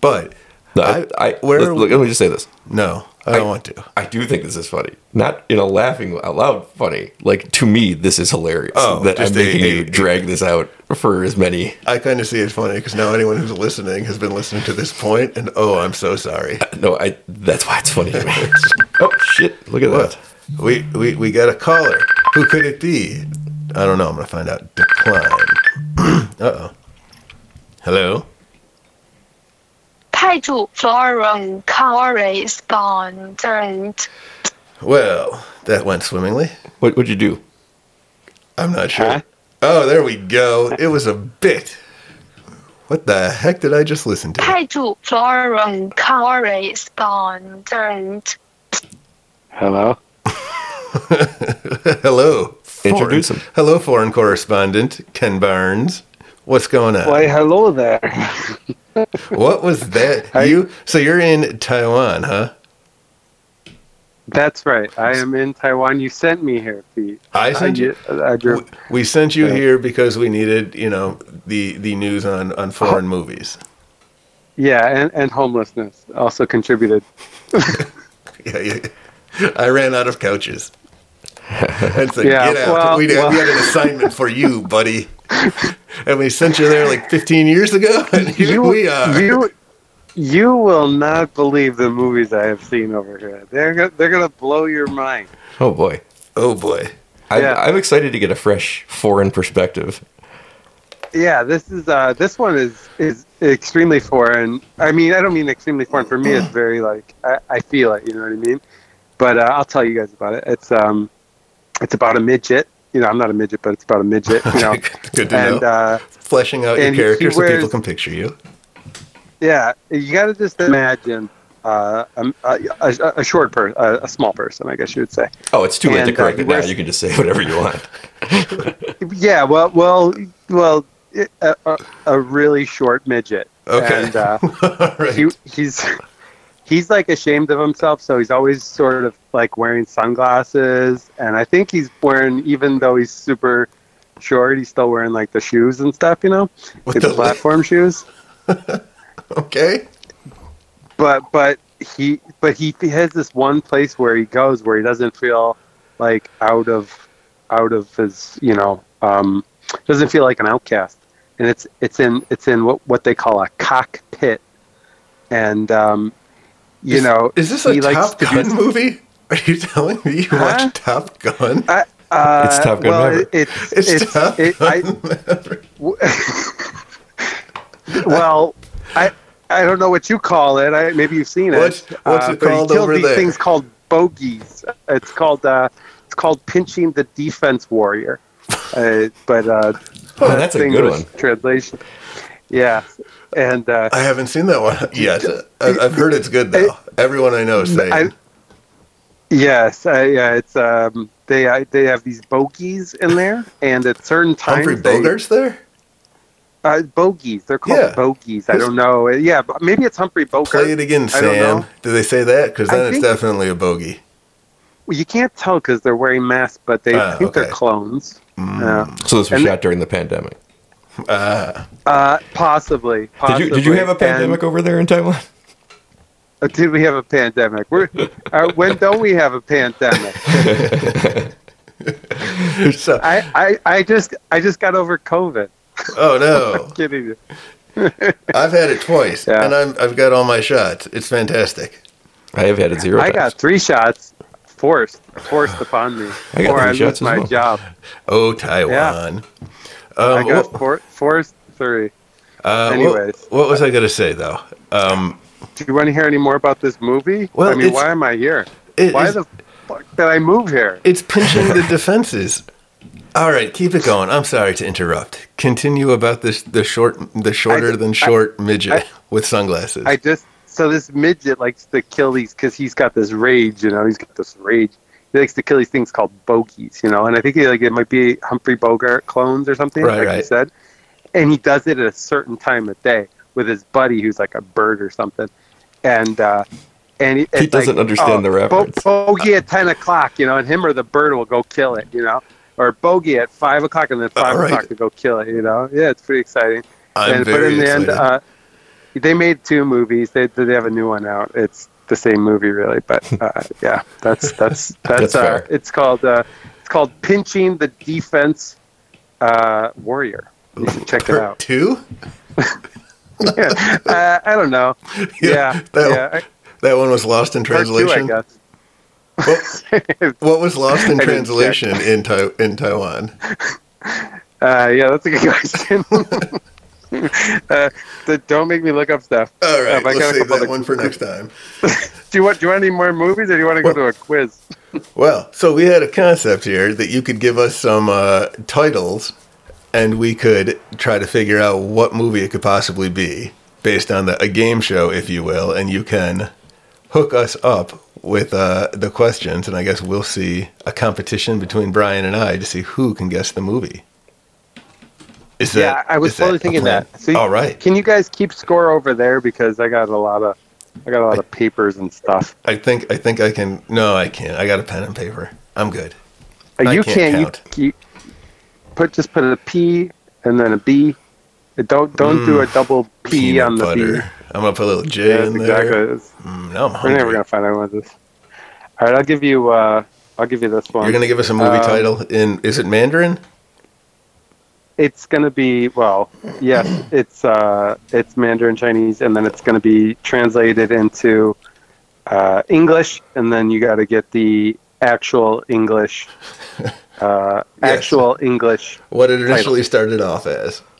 S2: but
S1: No, I, I,
S2: where
S1: let-
S2: are
S1: look,
S2: we-
S1: let me just say this.
S2: no, I don't want to.
S1: I do think this is funny. Not in a laughing out loud funny. Like to me, this is hilarious.
S2: Oh,
S1: that I'm
S2: just a-
S1: making
S2: a-
S1: you drag this out for as many.
S2: I kind of see it funny because now anyone who's listening has been listening to this point, and oh, I'm so sorry.
S1: No, I. That's why it's funny to me. oh shit! Look at
S2: What?
S1: that.
S2: We we we got a caller. Who could it be? I don't know. I'm gonna find out. Decline. uh oh. Hello.
S5: 泰铢 florin calories content
S2: Well, that went swimmingly.
S1: What would you do?
S2: I'm not sure. Oh, there we go. It was a bit. What the heck did I just listen to?
S5: 泰铢 florin calories content
S6: Hello?
S2: Hello. Foreign,
S1: Introduce him.
S2: Hello, foreign correspondent Ken Barnes. What's going on?
S6: Why, hello there.
S2: What was that?
S6: I-
S2: you so you're in Taiwan, huh?
S6: That's right. I am in Taiwan. You sent me here, Pete.
S2: I sent you.
S6: I, I drew,
S2: We- We sent you
S6: Yeah.
S2: here because we needed, you know, the the news on on foreign movies.
S6: yeah, and, and homelessness also contributed.
S2: Yeah, yeah. I ran out of couches. And said,
S6: Yeah,
S2: get out.
S6: well-
S2: we,
S6: well-
S2: we had an assignment for you, buddy. And we sent you there like 15 years ago, and here we are.
S6: You, you will not believe the movies I have seen over here. They're, go- they're going to blow your mind.
S1: Oh boy.
S2: oh, boy.
S1: I'm,
S6: Yeah.
S1: I'm excited to get a fresh foreign perspective.
S6: Yeah, this is uh, this one is is extremely foreign. I mean, I don't mean extremely foreign. For me, it's very like I, I feel it. You know what I mean? But uh, I'll tell you guys about it. It's um, it's about a midget. You know, I'm not a midget, but it's about a midget. You know,
S2: Good to
S6: and
S2: know.
S6: uh,
S2: Fleshing out your
S6: and he- he
S2: character so people
S6: wears-
S2: can picture you.
S6: yeah, you got to just imagine uh, a, a, a- a short person, a, a small person, I guess you would say.
S1: Oh, it's too late to
S6: And, uh,
S1: correct
S6: he
S1: it now.
S6: wears-
S1: You can just say whatever you want.
S6: Yeah, well, well, well, it- a, a, a really short midget.
S2: Okay.
S6: And, uh,
S2: All right.
S6: he, he's he's like ashamed of himself, so he's always sort of like wearing sunglasses, and I think he's wearing even though he's super short, he's still wearing like the shoes and stuff, you know,
S2: What
S6: the,
S2: the-
S6: platform shoes.
S2: okay.
S6: But but he but he has this one place where he goes where he doesn't feel like out of out of his you know um, doesn't feel like an outcast, and it's it's in it's in what what they call a cockpit, and um, you
S2: Is-
S6: know
S2: Is this a
S6: he likes
S2: Top
S6: to
S2: Gun
S6: do-
S2: movie? Are you telling me you
S6: Huh?
S2: watched Top Gun?
S6: I- uh,
S1: It's Top Gun
S6: Well,
S1: Maverick.
S6: it- it's
S2: It's
S6: it's,
S2: Top
S6: it, I, w- well, I I don't know what you call it. I maybe you've seen it. Uh,
S2: What's- what's it
S6: but he
S2: called
S6: killed
S2: over
S6: these
S2: there?
S6: Things called bogeys. It's called uh, it's called pinching the defense warrior. Uh, but uh,
S1: Oh, that's a good
S6: English
S1: one.
S6: translation. Yeah, and uh,
S2: I haven't seen that one yet. I- I've heard it's good, though. Everyone I know is saying.
S6: I, yes, I, yeah, it's um, they I, they have these bogeys in there, and at certain times
S2: Humphrey
S6: they-
S2: Bogart's there?
S6: Uh, bogeys. They're called
S2: Yeah.
S6: bogeys. I don't know. Yeah, but maybe it's Humphrey Bogart.
S2: Play it again,
S6: I don't
S2: Sam.
S6: know.
S2: Do they say that? Because
S6: I
S2: then it's
S6: think-
S2: definitely a bogey.
S6: Well, you can't tell because they're wearing masks, but they
S1: Oh,
S2: Ah,
S6: think they're
S2: okay.
S6: clones.
S1: Hmm.
S6: Yeah.
S1: So this was
S6: And-
S1: shot during the pandemic.
S2: Mm. Ah,
S6: Uh, possibly,
S1: Did
S6: possibly.
S1: you did you have a
S6: And-
S1: pandemic over there in Taiwan?
S6: uh, did we have a pandemic? We're, uh, when don't we have a pandemic?
S2: so,
S6: I, I, I just I just got over COVID.
S2: oh no,
S6: Kidding. you.
S2: I've had it twice,
S6: Yeah.
S2: and I'm, I've got all my shots. It's fantastic.
S1: I have had it zero.
S6: I
S1: times.
S6: got three shots forced forced upon me,
S1: I got
S6: or
S1: three
S6: I lose
S1: shots as
S6: my
S1: well. Uh,
S6: job.
S2: Oh, Taiwan. Um,
S6: I got
S2: what,
S6: for, forced three.
S2: uh, what-
S6: anyways.
S2: what, was I going to say though? Um,
S6: Do you want to hear any more about this movie?
S2: Well,
S6: I mean,
S2: it's-
S6: why am I here?
S2: it-
S6: why
S2: it's-
S6: the fuck did I move here?
S2: it's pinching the defenses. All right, keep it going. I'm sorry to interrupt. Continue about this the short, the shorter than short midget
S6: I-
S2: with sunglasses.
S6: I just so this midget likes to kill these because he's got this rage, you know, he's got this rage, he likes to kill these things called bogeys, you know. And I think he, like it might be Humphrey Bogart clones or something,
S2: Right,
S6: like you
S2: right.
S6: said. And he does it at a certain time of day with his buddy, who's like a bird or something. And uh, and he,
S1: Pete
S6: it's like, oh,
S1: doesn't understand the reference.
S6: Bo- bogey at ten o'clock, you know, and him or the bird will go kill it, you know. Or bogey at five o'clock, and then five
S2: All right.
S6: o'clock to go kill it, you know. Yeah, it's pretty exciting.
S2: I'm
S6: and,
S2: very excited.
S6: uh, they made two movies. They they have a new one out. It's the same movie, really. But uh, yeah, that's that's that's,
S1: That's
S6: uh,
S1: fair.
S6: it's called uh, it's called pinching the defense uh, warrior. You should check it
S2: Part
S6: out.
S2: two.
S6: Yeah. Uh, I don't know. Yeah,
S2: that,
S6: yeah. I-
S2: that one was lost in
S6: part two,
S2: translation.
S6: I
S2: What,
S6: guess.
S2: what was lost in
S6: I didn't check.
S2: translation in tai- in Taiwan?
S6: Uh, yeah, that's a good question. uh, d- don't make me look up stuff.
S2: All
S6: Yeah,
S2: right,
S6: but I got
S2: let's
S6: a
S2: save
S6: couple
S2: that
S6: other-
S2: one for next time.
S6: Do you want do you want any more movies, or do you want to go
S2: Well-
S6: to a quiz?
S2: Well, so we had a concept here that you could give us some uh, titles, and we could try to figure out what movie it could possibly be based on the, a game show, if you will, and you can hook us up with uh, the questions, and I guess we'll see a competition between Brian and I to see who can guess the movie. Is that
S6: yeah, I was
S2: is that
S6: totally
S2: a
S6: thinking
S2: plan?
S6: that. See,
S2: All right,
S6: Can you guys keep score over there because I got a lot of I got a lot of papers and stuff.
S2: I think I think I can. No, I can't. I got a pen and paper. I'm good.
S6: Uh,
S2: I
S6: you
S2: can't
S6: can't.
S2: count.
S6: You, you put just put a P and then a B. Uh, Don't don't do a double
S2: Hmm.
S6: P
S2: Peanut
S6: on the
S2: butter.
S6: B.
S2: I'm gonna put a little J
S6: Yes,
S2: in there.
S6: exactly. It's-
S2: Mm, no, I'm
S6: We're never
S2: hungry.
S6: gonna find out what this. All right, I'll give you. Uh, I'll give you this one.
S2: You're gonna give us a movie
S6: Um,
S2: title in is it Mandarin?
S6: It's gonna be well, yes, it's uh, it's Mandarin Chinese, and then it's gonna be translated into uh, English, and then you got to get the actual English, uh,
S2: Yes.
S6: actual English.
S2: What it initially started off as.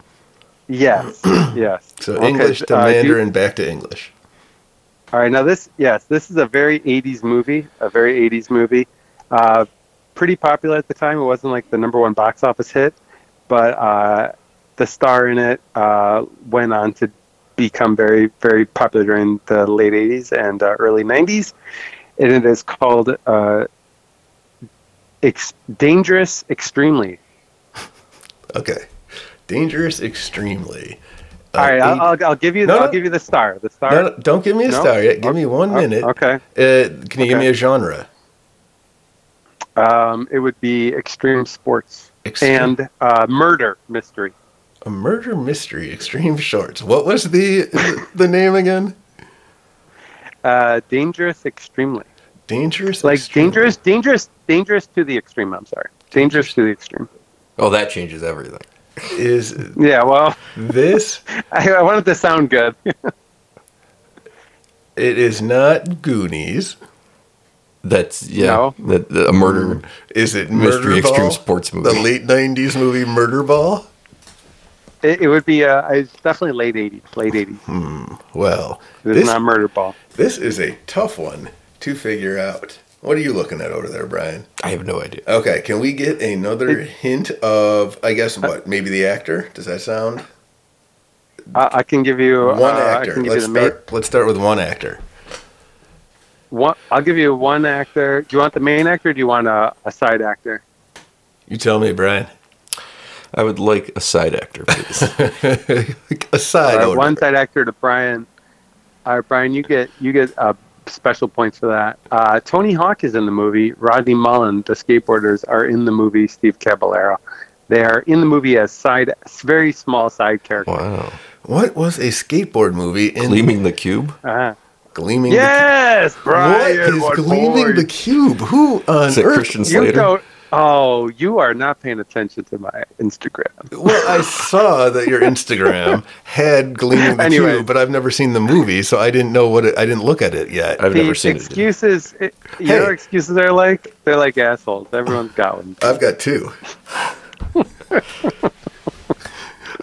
S6: Yes, yes.
S2: So
S6: Okay,
S2: English to
S6: uh, do-
S2: Mandarin, back to English.
S6: All right, now this, yes, this is a very 80s movie, a very 80s movie. Uh, pretty popular at the time. It wasn't like the number one box office hit, but uh, the star in it uh, went on to become very, very popular during the late 80s and uh, early 90s. And it is called uh, ex- Dangerous Extremely.
S2: Okay. Dangerous extremely. Uh,
S6: All right,
S2: eight-
S6: I'll, I'll, I'll give you,
S2: No,
S6: I'll
S2: no.
S6: give you the star. The star.
S2: no, no, don't give me a
S6: No?
S2: star yet. Give
S6: Oh,
S2: me one
S6: Oh,
S2: minute.
S6: Okay.
S2: Uh, can you give me
S6: Okay.
S2: a genre?
S6: Um, it would be extreme sports.
S2: Extreme-
S6: and uh, murder mystery.
S2: a murder mystery, extreme shorts. What was the the name again?
S6: Uh, dangerous extremely.
S2: Dangerous.
S6: Like
S2: Extremely.
S6: dangerous, dangerous, dangerous to the extreme. I'm sorry. Dangerous to the extreme.
S1: Oh, that changes everything.
S2: is
S6: Yeah. Well,
S2: this.
S6: I, I wanted to sound good.
S2: It is not Goonies.
S1: That's yeah.
S6: No. Mm.
S1: That, that- a murder
S2: Is it
S1: mystery
S2: Murder
S1: extreme
S2: Ball?
S1: sports
S2: The
S1: movie.
S2: late '90s movie Murder Ball.
S6: It, it would be. Uh, it's definitely late '80s. Late '80s.
S2: Well,
S6: It's
S2: this
S6: not murder ball.
S2: This is a tough one to figure out. What are you looking at over there, Brian?
S1: I have no idea.
S2: Okay, can we get another hint of, I guess,
S6: Uh,
S2: what? Maybe the actor? Does that sound?
S6: I, I can give you
S2: One
S6: uh, I
S2: actor.
S6: can give
S2: Let's
S6: you the main.
S2: start, let's start with one actor.
S6: One, I'll give you one actor. Do you want the main actor? Or do you want a, a side actor?
S2: You tell me, Brian.
S1: I would like a side actor, please.
S2: a side
S6: Uh,
S2: order.
S6: one side actor to Brian. All right, Brian, you get you get uh, special points for that. Uh, Tony Hawk is in the movie. Rodney Mullen, the skateboarders, are in the movie. Steve Caballero, they are in the movie as side, very small side characters.
S1: wow.
S2: What was a skateboard movie in
S1: Gleaming the cube.
S6: Uh-huh.
S2: Gleaming
S6: Yes,
S2: the What
S6: Brian.
S2: is
S6: what
S2: Gleaming
S6: boy.
S2: the Cube? Who on
S1: Is it
S2: earth?
S1: Christian
S6: You
S1: Slater?
S6: don't. Oh, you are not paying attention to my Instagram.
S2: Well, I saw that your Instagram had Gleaming the
S6: Anyway.
S2: Cube, but I've never seen the movie, so I didn't know what it, I didn't look at it yet.
S1: I've never
S6: The
S1: seen it.
S6: excuses. It, you know,
S2: Hey.
S6: what excuses are like they're like assholes. Everyone's got one.
S2: I've got two.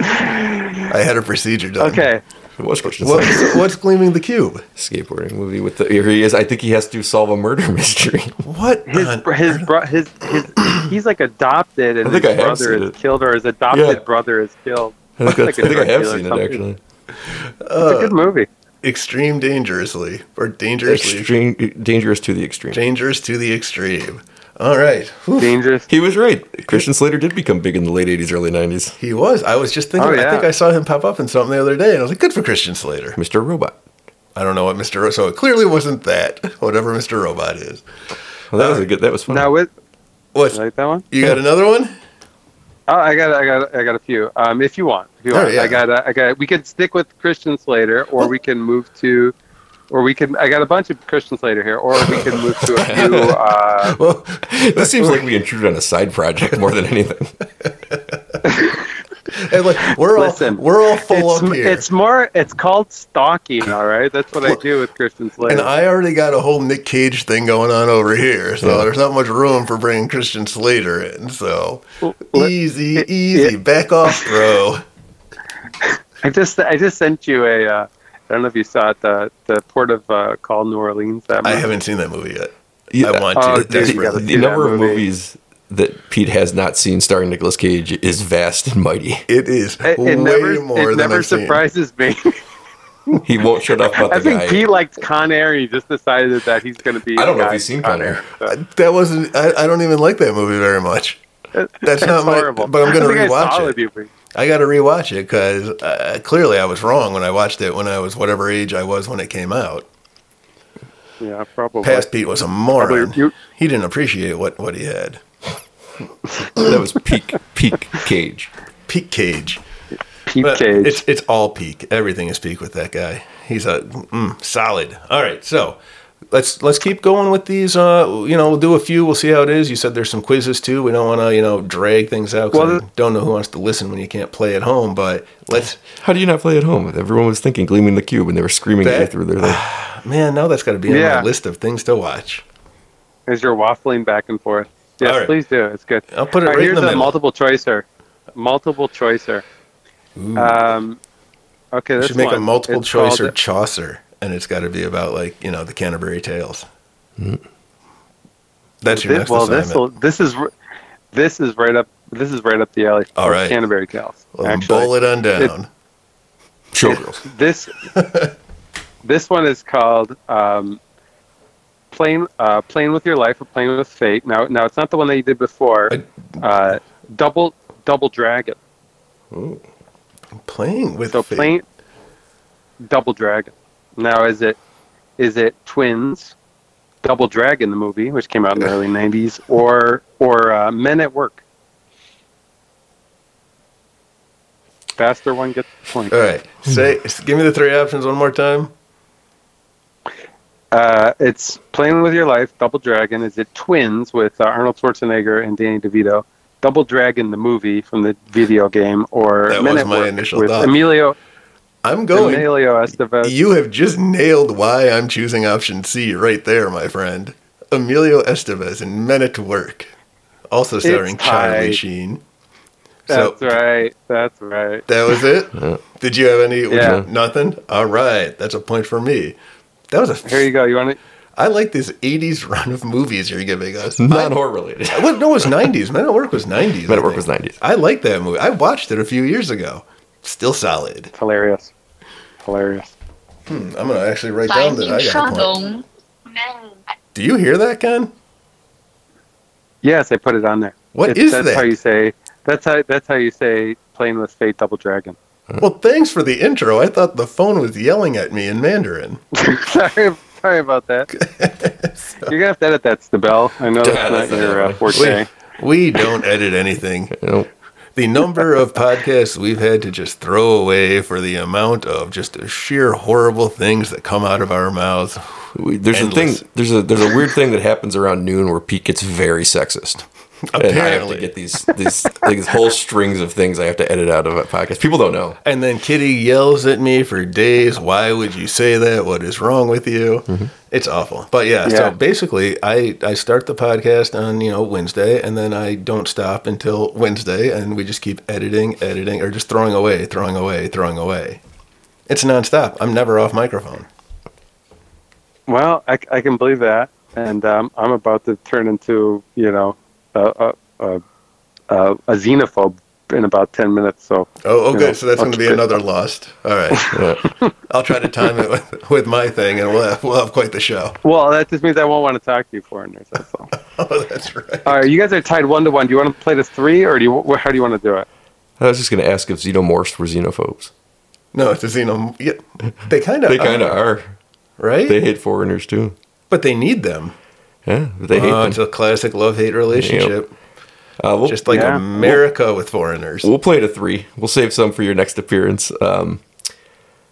S2: I had a procedure done.
S6: Okay.
S1: It was Christian
S2: What,
S1: Slater.
S2: what's gleaming the cube?
S1: Skateboarding movie with the here he is. I think he has to solve a murder mystery.
S2: What?
S6: his
S2: on
S6: br- his
S2: earth?
S6: bro- his his he's like adopted and
S1: Uh-huh. I think I
S6: his
S1: have
S6: brother
S1: seen
S6: is
S1: it.
S6: killed or his adopted
S1: Yeah.
S6: brother is killed.
S1: I think,
S6: Looks
S1: that's,
S6: like
S1: I,
S6: a
S1: think I
S6: drug
S1: have
S6: dealer
S1: seen it
S6: something.
S1: actually.
S6: It's a good movie.
S2: extreme dangerously or dangerously
S1: Extreme, dangerous to the extreme.
S2: dangerous to the extreme. All right. Whew.
S6: Dangerous.
S1: He was right. Christian Slater did become big in the late 80s, early 90s.
S2: He was. I was just thinking.
S6: Oh,
S2: I
S6: yeah.
S2: think I saw him pop up in something the other day, and I was like, "Good for Christian Slater."
S1: Mr. Robot.
S2: I don't know what Mr. Ro- so it clearly wasn't that. Whatever Mr. Robot is.
S1: Well, that was a good, that was fun.
S6: Now with
S2: What?
S6: like that one.
S2: You got another one?
S6: Oh, I got, I got, I got a few. Um, if you want, if you
S2: Oh,
S6: want,
S2: yeah.
S6: I got, a- I got. We could stick with Christian Slater, or we can move to, or we can. I got a bunch of Christian Slater here, or we can move to a few. Uh,
S2: Well,
S1: this seems like we intruded on a side project more than anything.
S2: and like we're all
S6: Listen,
S2: we're all full
S6: it's,
S2: up here.
S6: it's more. It's called stalking. All right, that's what I do with Christian
S2: and
S6: Slater.
S2: I already got a whole Nick Cage thing going on over here, so
S1: Yeah.
S2: there's not much room for bringing Christian Slater in. So
S6: let-
S2: easy,
S6: it-
S2: easy, back off, bro.
S6: I just I just sent you a. Uh, I don't know if you saw it. The the port of uh, call New Orleans. That
S2: I
S6: movie.
S2: haven't seen that movie yet.
S1: Yeah.
S2: I want to.
S6: Oh, dude, you
S2: desperately.
S6: gotta
S1: the
S6: see that
S1: number of
S6: movie.
S1: movies that Pete has not seen starring Nicolas Cage is vast and mighty.
S2: It is
S6: It,
S2: way
S6: it never
S2: more
S6: it
S2: than
S6: never
S2: I've seen.
S6: surprises me.
S1: He won't shut up about
S6: I
S1: the
S6: think
S1: guy.
S6: he liked Con Air. and He just decided that he's going to be.
S1: I don't
S6: the
S1: know if
S6: guy
S1: he's seen
S6: in
S1: Con Air.
S2: I- That wasn't. I, I don't even like that movie very much. That's not
S6: It's
S2: my.
S6: horrible.
S2: But I'm
S6: I
S2: gonna
S6: think I saw
S2: rewatch
S6: with
S2: it.
S6: you, but-
S2: I gotta rewatch it because uh, clearly I was wrong when I watched it when I was whatever age I was when it came out.
S6: Yeah, probably.
S2: Past Pete was a
S6: Probably
S2: moron.
S6: you-
S2: He didn't appreciate what what he had.
S1: that was peak peak Cage.
S2: Peak Cage.
S6: Pete
S2: But
S6: Cage.
S2: It's it's all peak. Everything is peak with that guy. He's a mm, solid. All right, so let's let's keep going with these. Uh, you know, we'll do a few. We'll see how it is. You said there's some quizzes too. We don't want to you know drag things out. 'cause
S6: Well,
S2: I don't know who wants to listen when you can't play at home. But let's
S1: How do you not play at home? Everyone was thinking Gleaming the Cube and they were screaming at you
S2: That-
S1: through their thing.
S6: Ah,
S2: man, now that's got to be on
S6: Yeah.
S2: my list of things to watch.
S6: As you're waffling back and forth. Yes,
S2: All right.
S6: please do. It's good.
S2: I'll put it
S6: All
S2: right in
S6: here's
S2: the
S6: a
S2: middle.
S6: multiple choicer. Multiple choicer. Um, okay,
S2: We
S6: this
S2: should make a
S6: one.
S2: multiple
S6: It's
S2: choice or
S6: called-
S2: Chaucer, and it's got to be about like you know the Canterbury Tales. That's your
S6: thi-
S2: next
S6: well,
S2: assignment.
S6: this will- this is r- this is right up this is right up the alley.
S2: All right.
S6: Canterbury Tales.
S2: Well,
S6: actually.
S2: bowl it on down.
S1: Showgirls.
S6: this this one is called um, playing uh, playing with your life or playing with fate. Now, now it's not the one that you did before.
S2: I-
S6: Uh, double double dragon.
S2: Playing with
S6: So
S2: fate.
S6: playing double dragon. Now is it is it twins? Double Dragon, the movie, which came out in the early '90s, or or uh, Men at Work. Faster one gets the point.
S2: All right. Say, s- give me the three options one more time.
S6: Uh, it's Playing with Your Life, Double Dragon. Is it Twins with uh, Arnold Schwarzenegger and Danny DeVito? Double Dragon, the movie from the video game, or
S2: That
S6: Men
S2: was
S6: at
S2: my
S6: Work
S2: initial
S6: with
S2: thought.
S6: Emilio
S2: I'm going.
S6: Emilio Estevez.
S2: You have just nailed why I'm choosing option C right there, my friend. Emilio Estevez in Men at Work, also starring Charlie
S6: tied.
S2: Sheen. So
S6: That's right. That's right.
S2: that was
S1: Yeah.
S2: it. Did you have any? would you-
S6: Yeah.
S2: Nothing. All right. That's a point for me. That was a.
S6: Here you go. You want to?
S2: I like this '80s run of movies you're giving us.
S1: Not horror related.
S2: I- what- no, it was '90s. Men at Work was '90s.
S1: Men
S2: I
S1: at Work
S2: think.
S1: was 90s.
S2: I like that movie. I watched it a few years ago. Still solid.
S6: It's hilarious. Hilarious.
S2: I'm gonna actually write down that I
S7: 白
S2: got a point.
S7: 云山龙
S5: Man,
S2: Do you hear that, Ken?
S6: Yes, I put it on there.
S2: What
S6: What is
S2: is
S6: that's
S2: that?
S6: how you say. That's how. That's how you say Playing with Fate, Double Dragon.
S2: Well, thanks for the intro. I thought the phone was yelling at me in Mandarin.
S6: sorry, sorry about that. You're gonna have to edit that, Stabell. I know
S1: Yeah,
S6: that's not
S1: that's not
S6: your uh,
S1: right.
S2: We,
S6: forte.
S2: we don't edit anything.
S1: You know,
S2: The number of podcasts we've had to just throw away for the amount of just sheer horrible things that come out of our mouths.
S1: we, there's
S2: Endless.
S1: a thing there's a there's a weird thing that happens around noon where Pete gets very sexist. And I have to
S2: Apparently.
S1: get these these like these whole strings of things I have to edit out of a podcast. People don't know.
S2: And then Kitty yells at me for days. Why would you say that? What is wrong with you?
S1: Mm-hmm.
S2: It's awful. But yeah,
S6: Yeah.
S2: so basically, I I start the podcast on you know Wednesday, and then I don't stop until Wednesday, and we just keep editing, editing, or just throwing away, throwing away, throwing away. It's nonstop. I'm never off microphone.
S6: Well, I, I can believe that, and um, I'm about to turn into you know a a, a, a, a xenophobe in about ten minutes. So
S2: Oh, oh,
S6: Yeah.
S2: good. So that's going to be
S6: Okay.
S2: another lost. All right.
S1: Yeah.
S2: I'll try to time it with, with my thing, and we'll have, we'll have quite the show.
S6: well, that just means I won't want to talk to you foreigners. That's all.
S2: Oh, that's right.
S6: all right, you guys are tied one to one. Do you want to play this three, or do you? How do you want to do it?
S1: I was just going to ask if xenomorphs were xenophobes.
S2: No, it's a xenom. Yeah, they kind of
S1: They kind of are.
S2: right,
S1: They hate foreigners too.
S2: but they need them.
S1: Yeah, they hate
S6: Uh,
S2: oh,
S1: them.
S2: it's a classic love-hate relationship,
S1: Uh, we'll,
S2: just like
S6: Yeah.
S2: America with foreigners.
S1: we'll play to three. We'll save some for your next appearance. Um,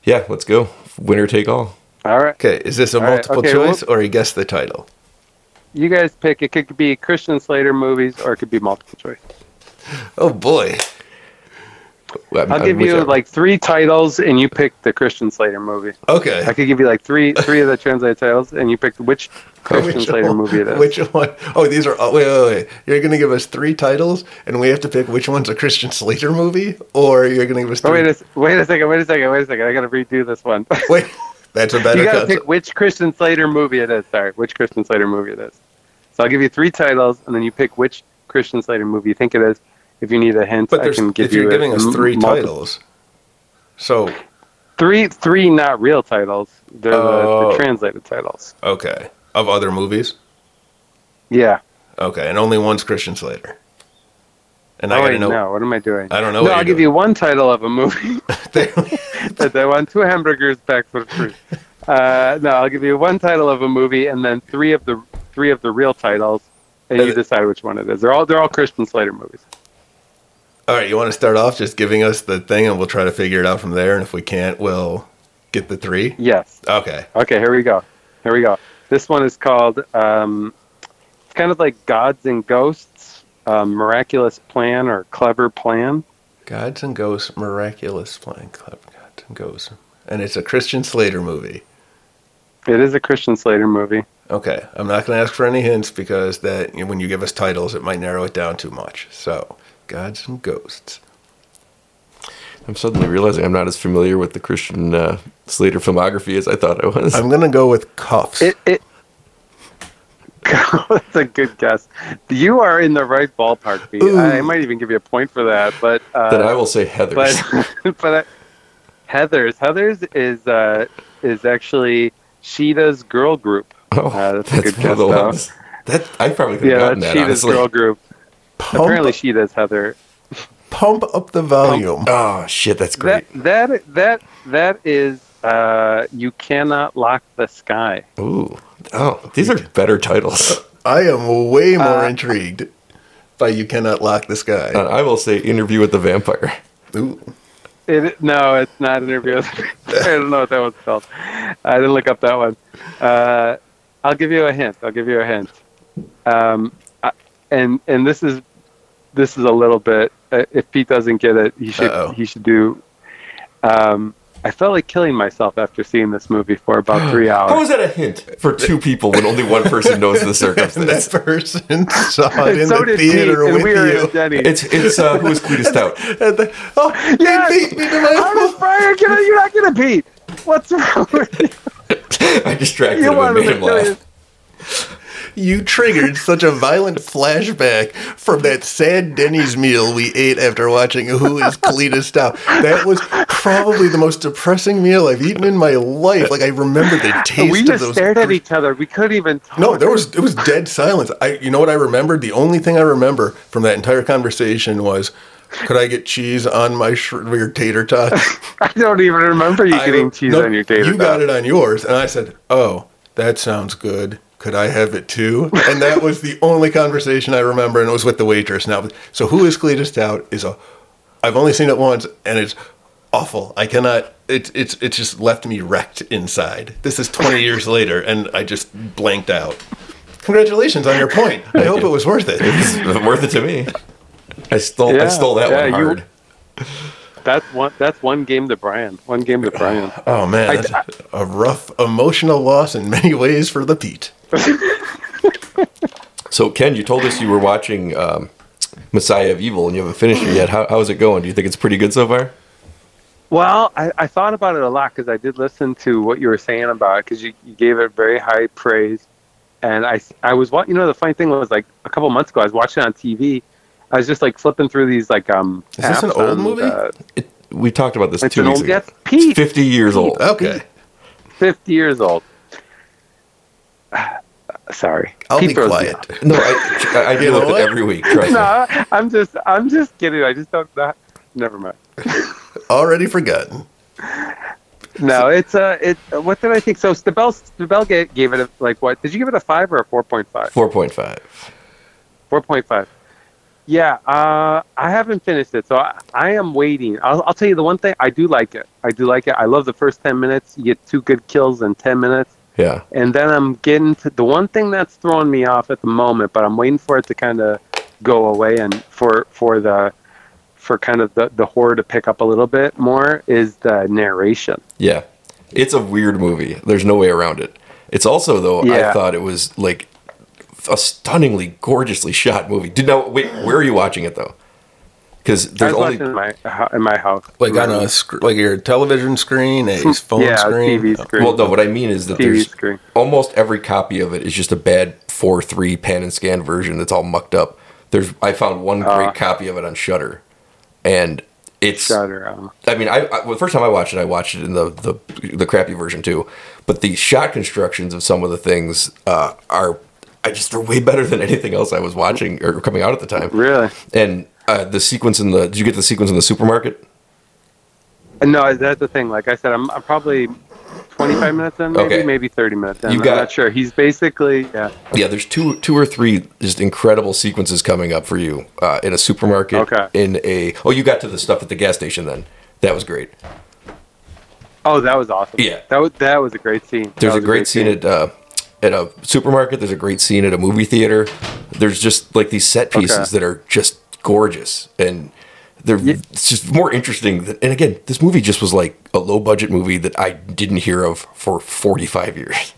S1: yeah, let's go. Winner take all.
S6: All right,
S2: Okay, is this a
S6: right,
S2: multiple
S6: okay,
S2: choice or you guess the title?
S6: you guys pick. It could be Christian Slater movies, or it could be multiple choice.
S2: Oh boy,
S1: I'm-
S6: I'll
S1: I'm
S6: give
S1: with
S6: you
S1: that.
S6: like three titles, and you pick the Christian Slater movie. I
S2: okay.
S6: could give you like three three of the translated titles, and you pick which Christian
S2: Which
S6: Slater
S2: one-
S6: movie it is.
S2: Which one? Oh, these are all. Wait, wait, wait. You're going to give us three titles, and we have to pick which one's a Christian Slater movie, or you're going to give us
S6: oh,
S2: three.
S6: wait a s- wait a second, wait a second, wait a second. I gotta redo this one.
S2: wait, that's a better
S6: you gotta
S2: concept.
S6: pick which Christian Slater movie it is. Sorry, which Christian Slater movie it is. So I'll give you three titles, and then you pick which Christian Slater movie you think it is. If you need a hint,
S2: But
S6: I
S2: there's,
S6: can give
S2: if you're
S6: you a
S2: giving us
S6: m-
S2: three
S6: multi-
S2: titles, so
S6: Three three not real titles. They're the,
S2: Oh.
S6: the translated titles.
S2: okay, of other movies,
S6: Yeah.
S2: okay, and only one's Christian Slater. And I
S6: oh
S2: gotta
S6: wait,
S2: know.
S6: no. What am I doing?
S2: I don't know.
S6: No, I'll give you one title of a movie.
S2: you.
S6: that I want two hamburgers back for free. Uh, no, I'll give you one title of a movie and then three of the three of the real titles, and you
S2: Uh,
S6: decide which one it is. They're all they're all Christian Slater movies.
S2: All right, you want to start off just giving us the thing, and we'll try to figure it out from there. And if we can't, we'll get the three.
S6: Yes.
S2: Okay.
S6: Okay, here we go. Here we go. This one is called. Um, it's kind of like Gods and Ghosts, um, Miraculous Plan or Clever Plan.
S2: Gods and Ghosts, Miraculous Flying Club, Gods and Ghosts. And it's a Christian Slater movie.
S6: It is a Christian Slater movie.
S2: Okay, I'm not going to ask for any hints because that you know, when you give us titles, it might narrow it down too much. So, Gods and Ghosts.
S1: I'm suddenly realizing I'm not as familiar with the Christian uh, Slater filmography as I thought I was.
S2: I'm going to go with Cuffs.
S6: It it. That's a good guess. You are in the right ballpark, B. I I might even give you a point for that, but uh,
S1: then I will say Heather's.
S6: but but I, Heather's Heather's is uh, is actually Sheeta's girl group.
S1: oh,
S6: uh, that's a good
S1: one of
S6: guess,
S1: the
S6: though.
S1: ones. That I probably could
S6: Yeah,
S1: have gotten
S6: that's
S1: that.
S6: Sheeta's
S1: Honestly.
S6: girl group.
S2: pump,
S6: Apparently, Sheeta's Heather.
S2: pump up the volume.
S1: Oh shit, that's great.
S6: That that that that is uh, you cannot lock the sky.
S1: Ooh, oh, these are better titles.
S2: I am way more
S6: Uh,
S2: intrigued by You Cannot Lock the Sky.
S1: And Uh, I will say Interview with the Vampire.
S2: Ooh.
S6: It, no, it's not interview. I don't know what that one's called. I didn't look up that one. Uh, I'll give you a hint. I'll give you a hint. Um, I, and and this is this is a little bit. Uh, if Pete doesn't get it, he should
S2: Uh-oh.
S6: he should do. Um, I felt like killing myself after seeing this movie for about three
S1: How is
S6: hours.
S1: that a hint for two people when only one person knows the
S2: And that
S1: circumstance?
S2: person saw it
S6: And
S2: in
S6: so
S2: the
S6: did Pete,
S2: theater
S6: and
S2: with
S6: we were
S2: you.
S6: at Denny's.
S1: It's it's uh, who is Cletus Stout?
S2: And the- oh,
S6: Yes!
S2: you beat me to my
S6: How does Brian get it? You're not gonna beat. What's wrong with you?
S1: I distracted
S6: You
S1: him and
S6: wanted
S1: made
S6: to
S1: him
S6: kill
S1: laugh.
S6: you.
S2: You triggered such a violent flashback from that sad Denny's meal we ate after watching Who is Cletus Stout. That was probably the most depressing meal I've eaten in my life. Like I remember the taste
S6: We
S2: of
S6: just
S2: those.
S6: stared at each other. We couldn't even talk.
S2: no, there was it was dead silence. I you know what I remembered? The only thing I remember from that entire conversation was could I get cheese on my sh- your tater tot?
S6: I don't even remember you
S2: I-
S6: getting cheese
S2: no,
S6: on your tater
S2: You got
S6: tot.
S2: it on yours, and I said, "Oh, that sounds good. Could I have it too?" And that was the only conversation I remember, and it was with the waitress. Now, so who is Cletus Stout? Is a I've only seen it once, and it's awful. I cannot. It's it's it's just left me wrecked inside. This is 20 years later, and I just blanked out. Congratulations on your point. I hope it was worth it.
S1: It's worth it to me. I stole I
S6: Yeah,
S1: stole that
S6: yeah,
S1: one
S6: you-
S1: hard.
S6: That's one. That's one game to Brian. One game to Brian.
S2: Oh man,
S6: I-
S2: that's a rough emotional loss in many ways for the Pete.
S1: So Ken, you told us you were watching um, Messiah of Evil and you haven't finished it yet. How, how's it going? Do you think it's pretty good so far?
S6: Well, I, I thought about it a lot because I did listen to what you were saying about it because you, you gave it very high praise, and I I was wa- you know the funny thing was like a couple months ago I was watching it on TV, I was just like flipping through these like um.
S2: Is this an
S6: apps
S2: old
S6: on
S2: movie?
S6: the-
S1: It, we talked about this
S6: It's
S1: two
S6: an
S1: weeks
S6: old- Oh.
S1: ago.
S6: that's Pete.
S1: It's 50 years old.
S2: Okay.
S6: Fifty years old. Sorry,
S2: I'll be
S6: Pete Rosenbaum.
S2: quiet.
S1: No, I, I, I
S2: You
S1: deal
S2: know
S1: with
S2: what?
S1: it every week. Trust me.
S6: No, I'm just I'm just kidding. I just don't. That, never mind.
S2: Already forgotten.
S6: No, it's a it. What did I think? So Stabell Stabell gave, gave it a, like what? Did you give it a five or a four point five?
S1: 4.5.
S6: Four point five. Yeah, uh, I haven't finished it, so I, I am waiting. I'll, I'll tell you the one thing I do like it. I do like it. I love the first ten minutes. You get two good kills in ten minutes.
S1: Yeah.
S6: and then I'm getting to the one thing that's throwing me off at the moment, but I'm waiting for it to kind of go away and for for the for kind of the the horror to pick up a little bit more is the narration.
S1: Yeah. It's a weird movie. There's no way around it. It's also though I
S6: Yeah.
S1: thought it was like a stunningly gorgeously shot movie. Did now wait, where are you watching it though? Cuz
S6: I
S1: there's
S6: was
S1: only
S6: watching in my hou- in my house,
S2: Like on a sc- like your television screen, a phone
S6: yeah
S2: screen. Oh,
S6: TV screen.
S1: Well, no, what I mean is that
S6: TV
S1: there's
S6: screen.
S1: almost every copy of it is just a bad 4-3 pan and scan version that's all mucked up. There's I found one
S6: Uh.
S1: great copy of it on Shutter. And it's
S6: Shutter, um,
S1: I mean, I, I well, the first time I watched it, I watched it in the, the the crappy version too. But the shot constructions of some of the things uh, are, I just they're way better than anything else I was watching or coming out at the time.
S6: Really?
S1: And uh, the sequence in the did you get the sequence in the supermarket?
S6: No, that's the thing. Like I said, I'm, I'm probably 25 minutes in, maybe
S1: Okay.
S6: maybe 30 minutes in.
S1: You
S6: I'm
S1: got-
S6: not sure. He's basically yeah.
S1: Yeah, there's two two or three just incredible sequences coming up for you uh, in a supermarket.
S6: Okay.
S1: In a oh, you got to the stuff at the gas station then. That was great.
S6: Oh, that was awesome.
S1: Yeah.
S6: that was that was a great scene. That
S1: There's
S6: was
S1: a great scene at uh, at a supermarket. There's a great scene at a movie theater. There's just like these set pieces
S6: Okay.
S1: that are just gorgeous and they're it's just more interesting. Than, and again, this movie just was like a low budget movie that I didn't hear of for 45 years.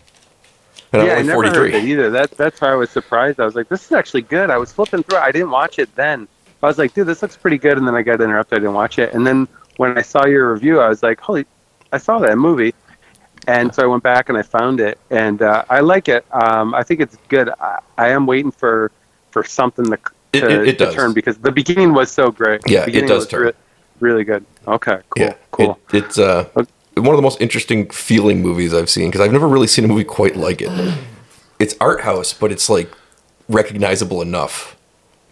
S1: And I'm
S6: yeah, I
S1: only
S6: never
S1: 43.
S6: heard it either. That that's why I was surprised. I was like, this is actually good. I was flipping through. it. I didn't watch it then. I was like, dude, this looks pretty good. And then I got interrupted. I didn't watch it. And then when I saw your review, I was like, holy, I saw that movie. And so I went back and I found it, and uh, I like it. Um, I think it's good. I, I am waiting for for something to,
S1: It-
S6: to,
S1: it- it
S6: to
S1: does.
S6: turn because the beginning was so great.
S1: Yeah, it
S6: the beginning
S1: does
S6: was
S1: turn.
S6: re- really good. Okay, cool,
S1: yeah,
S6: cool.
S1: It, it's uh, one of the most interesting feeling movies I've seen because I've never really seen a movie quite like it. It's art house, but it's like recognizable enough.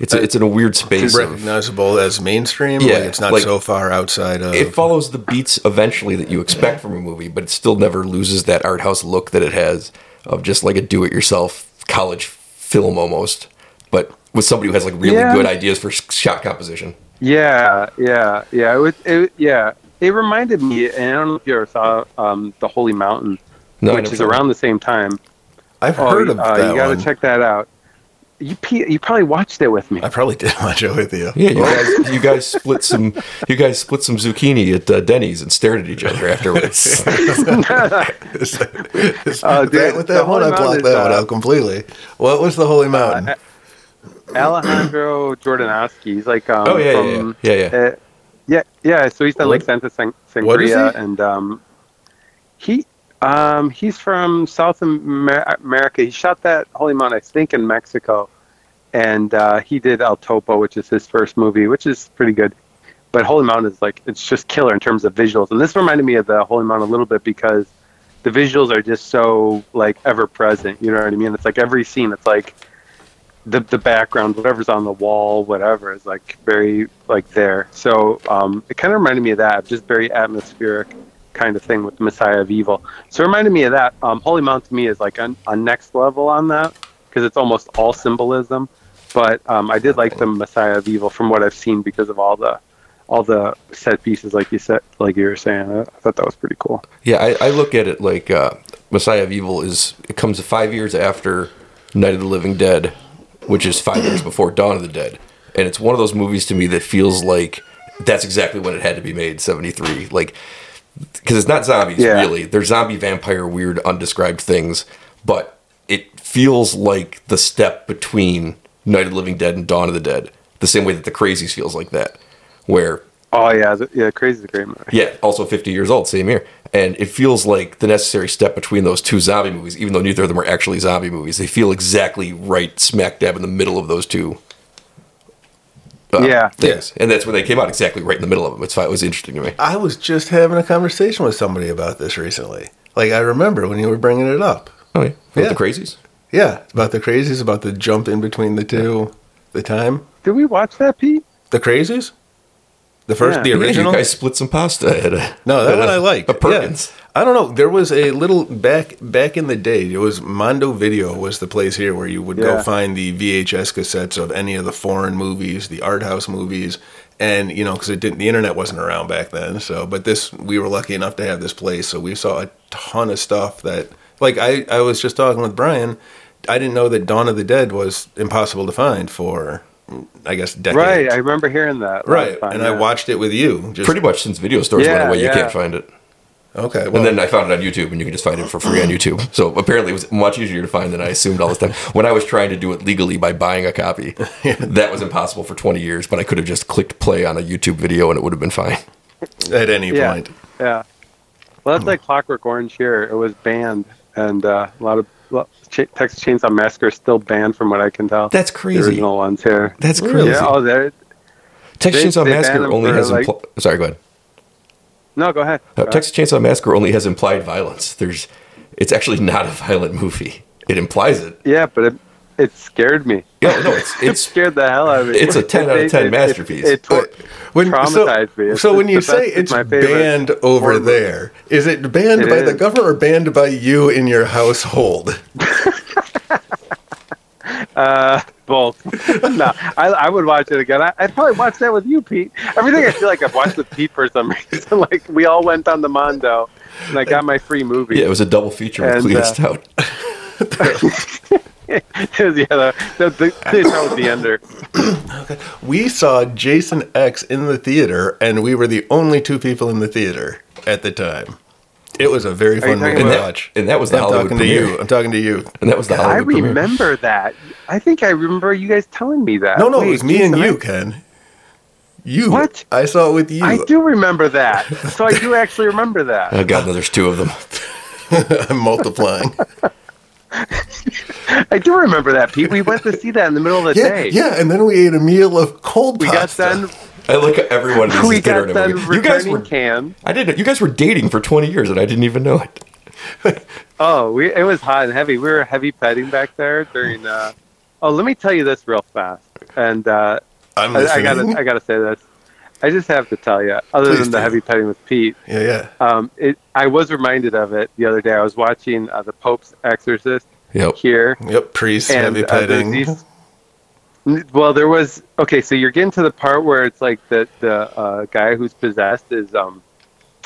S1: It's
S6: Uh,
S1: it's in a weird space. of-
S2: Recognizable as mainstream. Yeah.
S1: Yeah,
S2: Like it's not
S1: like-
S2: so far outside of.
S1: it follows the beats eventually that you expect from a movie, but it still never loses that art house look that it has of just like a do-it-yourself college film almost, but with somebody who has like really
S6: Yeah.
S1: good ideas for s- shot composition.
S6: Yeah, yeah, yeah. It was, it, yeah. It reminded me, and I don't know if you ever saw um, the Holy Mountain,
S1: No, I
S6: which
S1: never
S6: is
S1: saw that.
S6: around the same time.
S2: I've
S6: Oh,
S2: heard of
S6: uh,
S2: that
S6: you gotta
S2: one.
S6: check that out. You pe- you probably watched it with me.
S2: I probably did watch it with you.
S1: Yeah, you guys, you guys split some, you guys split some zucchini at uh, Denny's and stared at each other afterwards.
S2: Is that- is
S6: Oh,
S2: that-
S6: dude,
S2: with
S6: the
S2: that one,
S6: Holy
S2: I blocked
S6: Mountain
S2: that
S6: is,
S2: one
S6: uh,
S2: out completely. What was the Holy Mountain?
S6: Alejandro Jordanowski. He's like um,
S1: Oh, yeah, yeah,
S6: from,
S1: yeah. Yeah, yeah.
S6: Uh, yeah, yeah. So he's done like
S2: What-
S6: Santa Sang-
S2: what is
S6: Sangria,
S2: he?
S6: and um, he um, he's from South Amer- America. He shot that Holy Mountain, I think, in Mexico, and uh, he did El Topo, which is his first movie, which is pretty good. But Holy Mountain is like it's just killer in terms of visuals, and this reminded me of the Holy Mountain a little bit because the visuals are just so like ever present. You know what I mean? It's like every scene. It's like the the background, whatever's on the wall, whatever is like very like there. So um, it kind of reminded me of that, just very atmospheric kind of thing with the Messiah of Evil. So it reminded me of that. Um, Holy Mount to me is like a, a next level on that because it's almost all symbolism. But um, I did like the Messiah of Evil from what I've seen because of all the all the set pieces, like you said, like you were saying. I thought that was pretty cool.
S1: Yeah, I, I look at it like uh, Messiah of Evil is it comes five years after Night of the Living Dead, which is five years before Dawn of the Dead, and it's one of those movies to me that feels like that's exactly when it had to be made, seventy three. Like, because it's not zombies
S6: Yeah.
S1: really; they're zombie, vampire, weird, undescribed things, but it feels like the step between Night of the Living Dead and Dawn of the Dead, the same way that The Crazies feels like that, where
S6: Oh yeah, th- yeah, crazy is a great movie.
S1: yeah, also 50 years old, same year. And it feels like the necessary step between those two zombie movies, even though neither of them are actually zombie movies. They feel exactly right smack dab in the middle of those two.
S2: Uh,
S6: Yeah.
S1: Yes, uh, and that's when they came out exactly right in the middle of them. It's fine. It was interesting to me.
S2: I was just having a conversation with somebody about this recently. Like I remember when you were bringing it up.
S1: Oh yeah, With
S2: Yeah.
S1: the crazies.
S2: Yeah, about the crazies, about the jump in between the two, the time,
S6: Did we watch that, Pete?
S2: the crazies, the first,
S6: Yeah.
S2: the
S1: Yeah,
S2: original.
S1: you guys split some pasta at a
S2: no, that
S1: at
S2: one
S1: a-
S2: I like.
S1: A
S2: Yeah.
S1: Perkins.
S2: I don't know. There was a little back back in the day. It was Mondo Video was the place here where you would go
S6: Yeah.
S2: find the VHS cassettes of any of the foreign movies, the art house movies, and you know because it didn't the internet wasn't around back then. So, but this we were lucky enough to have this place, so we saw a ton of stuff that like I I was just talking with Brian. I didn't know that Dawn of the Dead was impossible to find for I guess decades.
S6: Right. I remember hearing that. last
S2: right.
S6: time,
S2: and I
S6: yeah.
S2: watched it with you. Just,
S1: Pretty much since video stores went
S6: Yeah,
S1: away, you
S6: yeah.
S1: can't find it.
S2: okay. Well,
S1: And then I found it on YouTube, and you can just find it for free on YouTube. So apparently, it was much easier to find than I assumed all this time. When I was trying to do it legally by buying a copy, that was impossible for 20 years. But I could have just clicked play on a YouTube video, and it would have been fine.
S2: at any
S6: Yeah.
S2: point.
S6: Yeah. Well,
S1: Hmm.
S6: that's like Clockwork Orange here. It was banned, and uh, a lot of lo- Ch- Texas Chainsaw Massacre is still banned, from what I can tell.
S1: That's
S6: the
S1: crazy.
S6: original ones here.
S1: That's crazy.
S6: Yeah. Oh, there.
S1: Texas
S6: They-
S1: Chainsaw
S6: they
S1: Massacre
S6: banned 'em
S1: only
S6: for,
S1: has
S6: like-
S1: impl- sorry, go ahead.
S6: No, go ahead.
S1: Uh,
S6: Go
S1: Texas Chainsaw Massacre only has implied violence. There's, it's actually not a violent movie. It implies it.
S6: ahead. Uh, Yeah, but it it scared me.
S1: Yeah, no, it's
S6: It
S1: it's
S6: scared the hell out of me.
S1: it's a 10 out of 10
S6: It- it-
S1: masterpiece.
S6: It, it, tor-
S2: But when,
S6: traumatized
S2: so,
S6: me. It's
S2: so when
S6: just
S2: you
S6: the best-
S2: say
S6: it's
S2: it's
S6: my favorite
S2: banned over
S6: horror movie.
S2: there, is it banned
S6: It
S2: by the
S6: is.
S2: government or banned by you in your household?
S6: Uh, both. no, I, I would watch it again. I, I'd probably watch that with you, Pete. Everything I feel like I've watched with Pete for some reason. Like we all went on the Mondo, and I got my free movie.
S1: yeah, it was a double feature with
S6: And,
S1: Cleo
S6: uh,
S1: Stout.
S6: It was the other. The, the, the, that was the ender.
S2: We saw Jason X in the theater, and we were the only two people in the theater at the time. It was a very fun
S6: talking
S2: movie to
S6: about-
S2: watch.
S1: And that was the
S2: I'm
S1: Hollywood
S2: talking to
S1: premiere.
S2: you. I'm talking to you.
S1: And that was the
S6: I
S1: Hollywood premiere.
S6: remember that. I think I remember you guys telling me that.
S2: No, no,
S6: Wait,
S2: it was me
S6: geez,
S2: and
S6: am I-
S2: you, Ken. You.
S6: What?
S2: I saw it with you.
S6: I do remember that. So I do actually remember that.
S1: Oh god, no, there's two of them.
S2: I'm multiplying.
S6: I do remember that, Pete. We went to see that in the middle of the
S2: yeah,
S6: day.
S2: yeah. And then we ate a meal of cold
S6: We got
S2: pasta.
S6: done.
S1: I look at everyone at
S6: We
S1: this dinner
S6: got
S1: and
S6: done
S1: I'm like, you guys
S6: returning
S1: were
S6: cans.
S1: I didn't you guys were dating for 20 years and I didn't even know it.
S6: Oh, we, it was hot and heavy. We were heavy petting back there during. Uh, oh, let me tell you this real fast, and uh,
S2: I'm
S6: I, I
S2: listening.
S6: gotta, I gotta say this. I just have to tell you. Other
S2: Please
S6: than the
S2: do.
S6: heavy petting with Pete,
S2: yeah, yeah.
S6: um, it, I was reminded of it the other day. I was watching uh, the Pope's Exorcist
S1: Yep.
S6: here,
S2: Yep, priests,
S6: and
S2: heavy
S6: uh, there's
S2: petting.
S6: these- N- well, there was okay. So you're getting to the part where it's like the the uh, guy who's possessed is um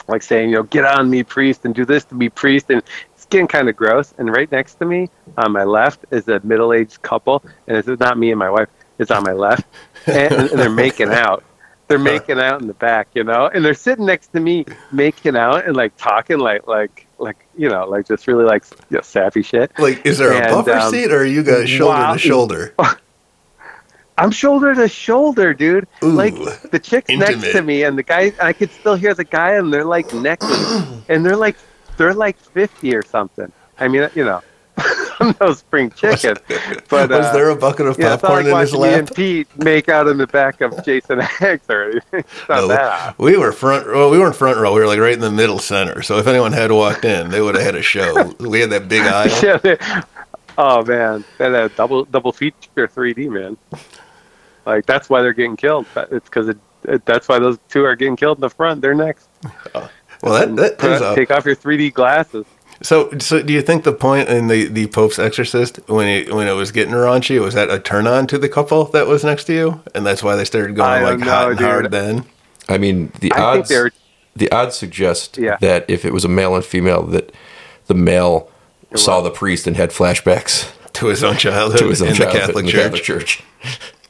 S6: like saying you know get on me priest and do this to me priest and it's getting kind of gross. And right next to me on my left is a middle aged couple, and it's not me and my wife. It's on my left, and, and they're making out. They're making out in the back, you know, and they're sitting next to me making out and like talking like like like you know like just really like you know, sappy shit.
S2: Like, is there a
S6: And,
S2: buffer
S6: um,
S2: seat, or are you guys shoulder
S6: wow.
S2: to shoulder?
S6: I'm shoulder to shoulder, dude.
S2: Ooh,
S6: like the chick's next
S2: intimate.
S6: to me, and the guy, and I could still hear the guy, and they're like necking, and they're like, they're like fifty or something. I mean, you know, I'm no spring chicken, but
S2: was
S6: uh,
S2: there a bucket of
S6: yeah, it's not
S2: popcorn
S6: like
S2: in his
S6: watching me
S2: lap?
S6: and Pete make out in the back of Jason X or anything. It's not
S2: No,
S6: that.
S2: we were front. Well, we weren't front row. We were like right in the middle center. So if anyone had walked in, they would have had a show. we had that big aisle.
S6: Yeah, they- oh man, that uh, double double feature 3D man. Like that's why they're getting killed. That- It's because it, it, that's why those two are getting killed in the front. They're next.
S2: Well, that, that
S6: Put-
S2: turns out.
S6: take off your 3D glasses.
S2: So, so do you think the point in the, the Pope's Exorcist when it when it was getting raunchy was that a turn on to the couple that was next to you, and that's why they started
S6: I
S2: going
S6: don't
S2: like hot
S6: know,
S2: and hard
S6: dude.
S2: then?
S1: I mean, the
S6: I think
S1: odds
S6: they're-
S1: the odds suggest
S6: Yeah.
S1: that if it was a male and female that the male saw the priest and had flashbacks
S2: To his own childhood
S1: to his own
S2: in
S1: childhood
S2: the Catholic
S1: in the
S2: Church.
S1: Catholic Church.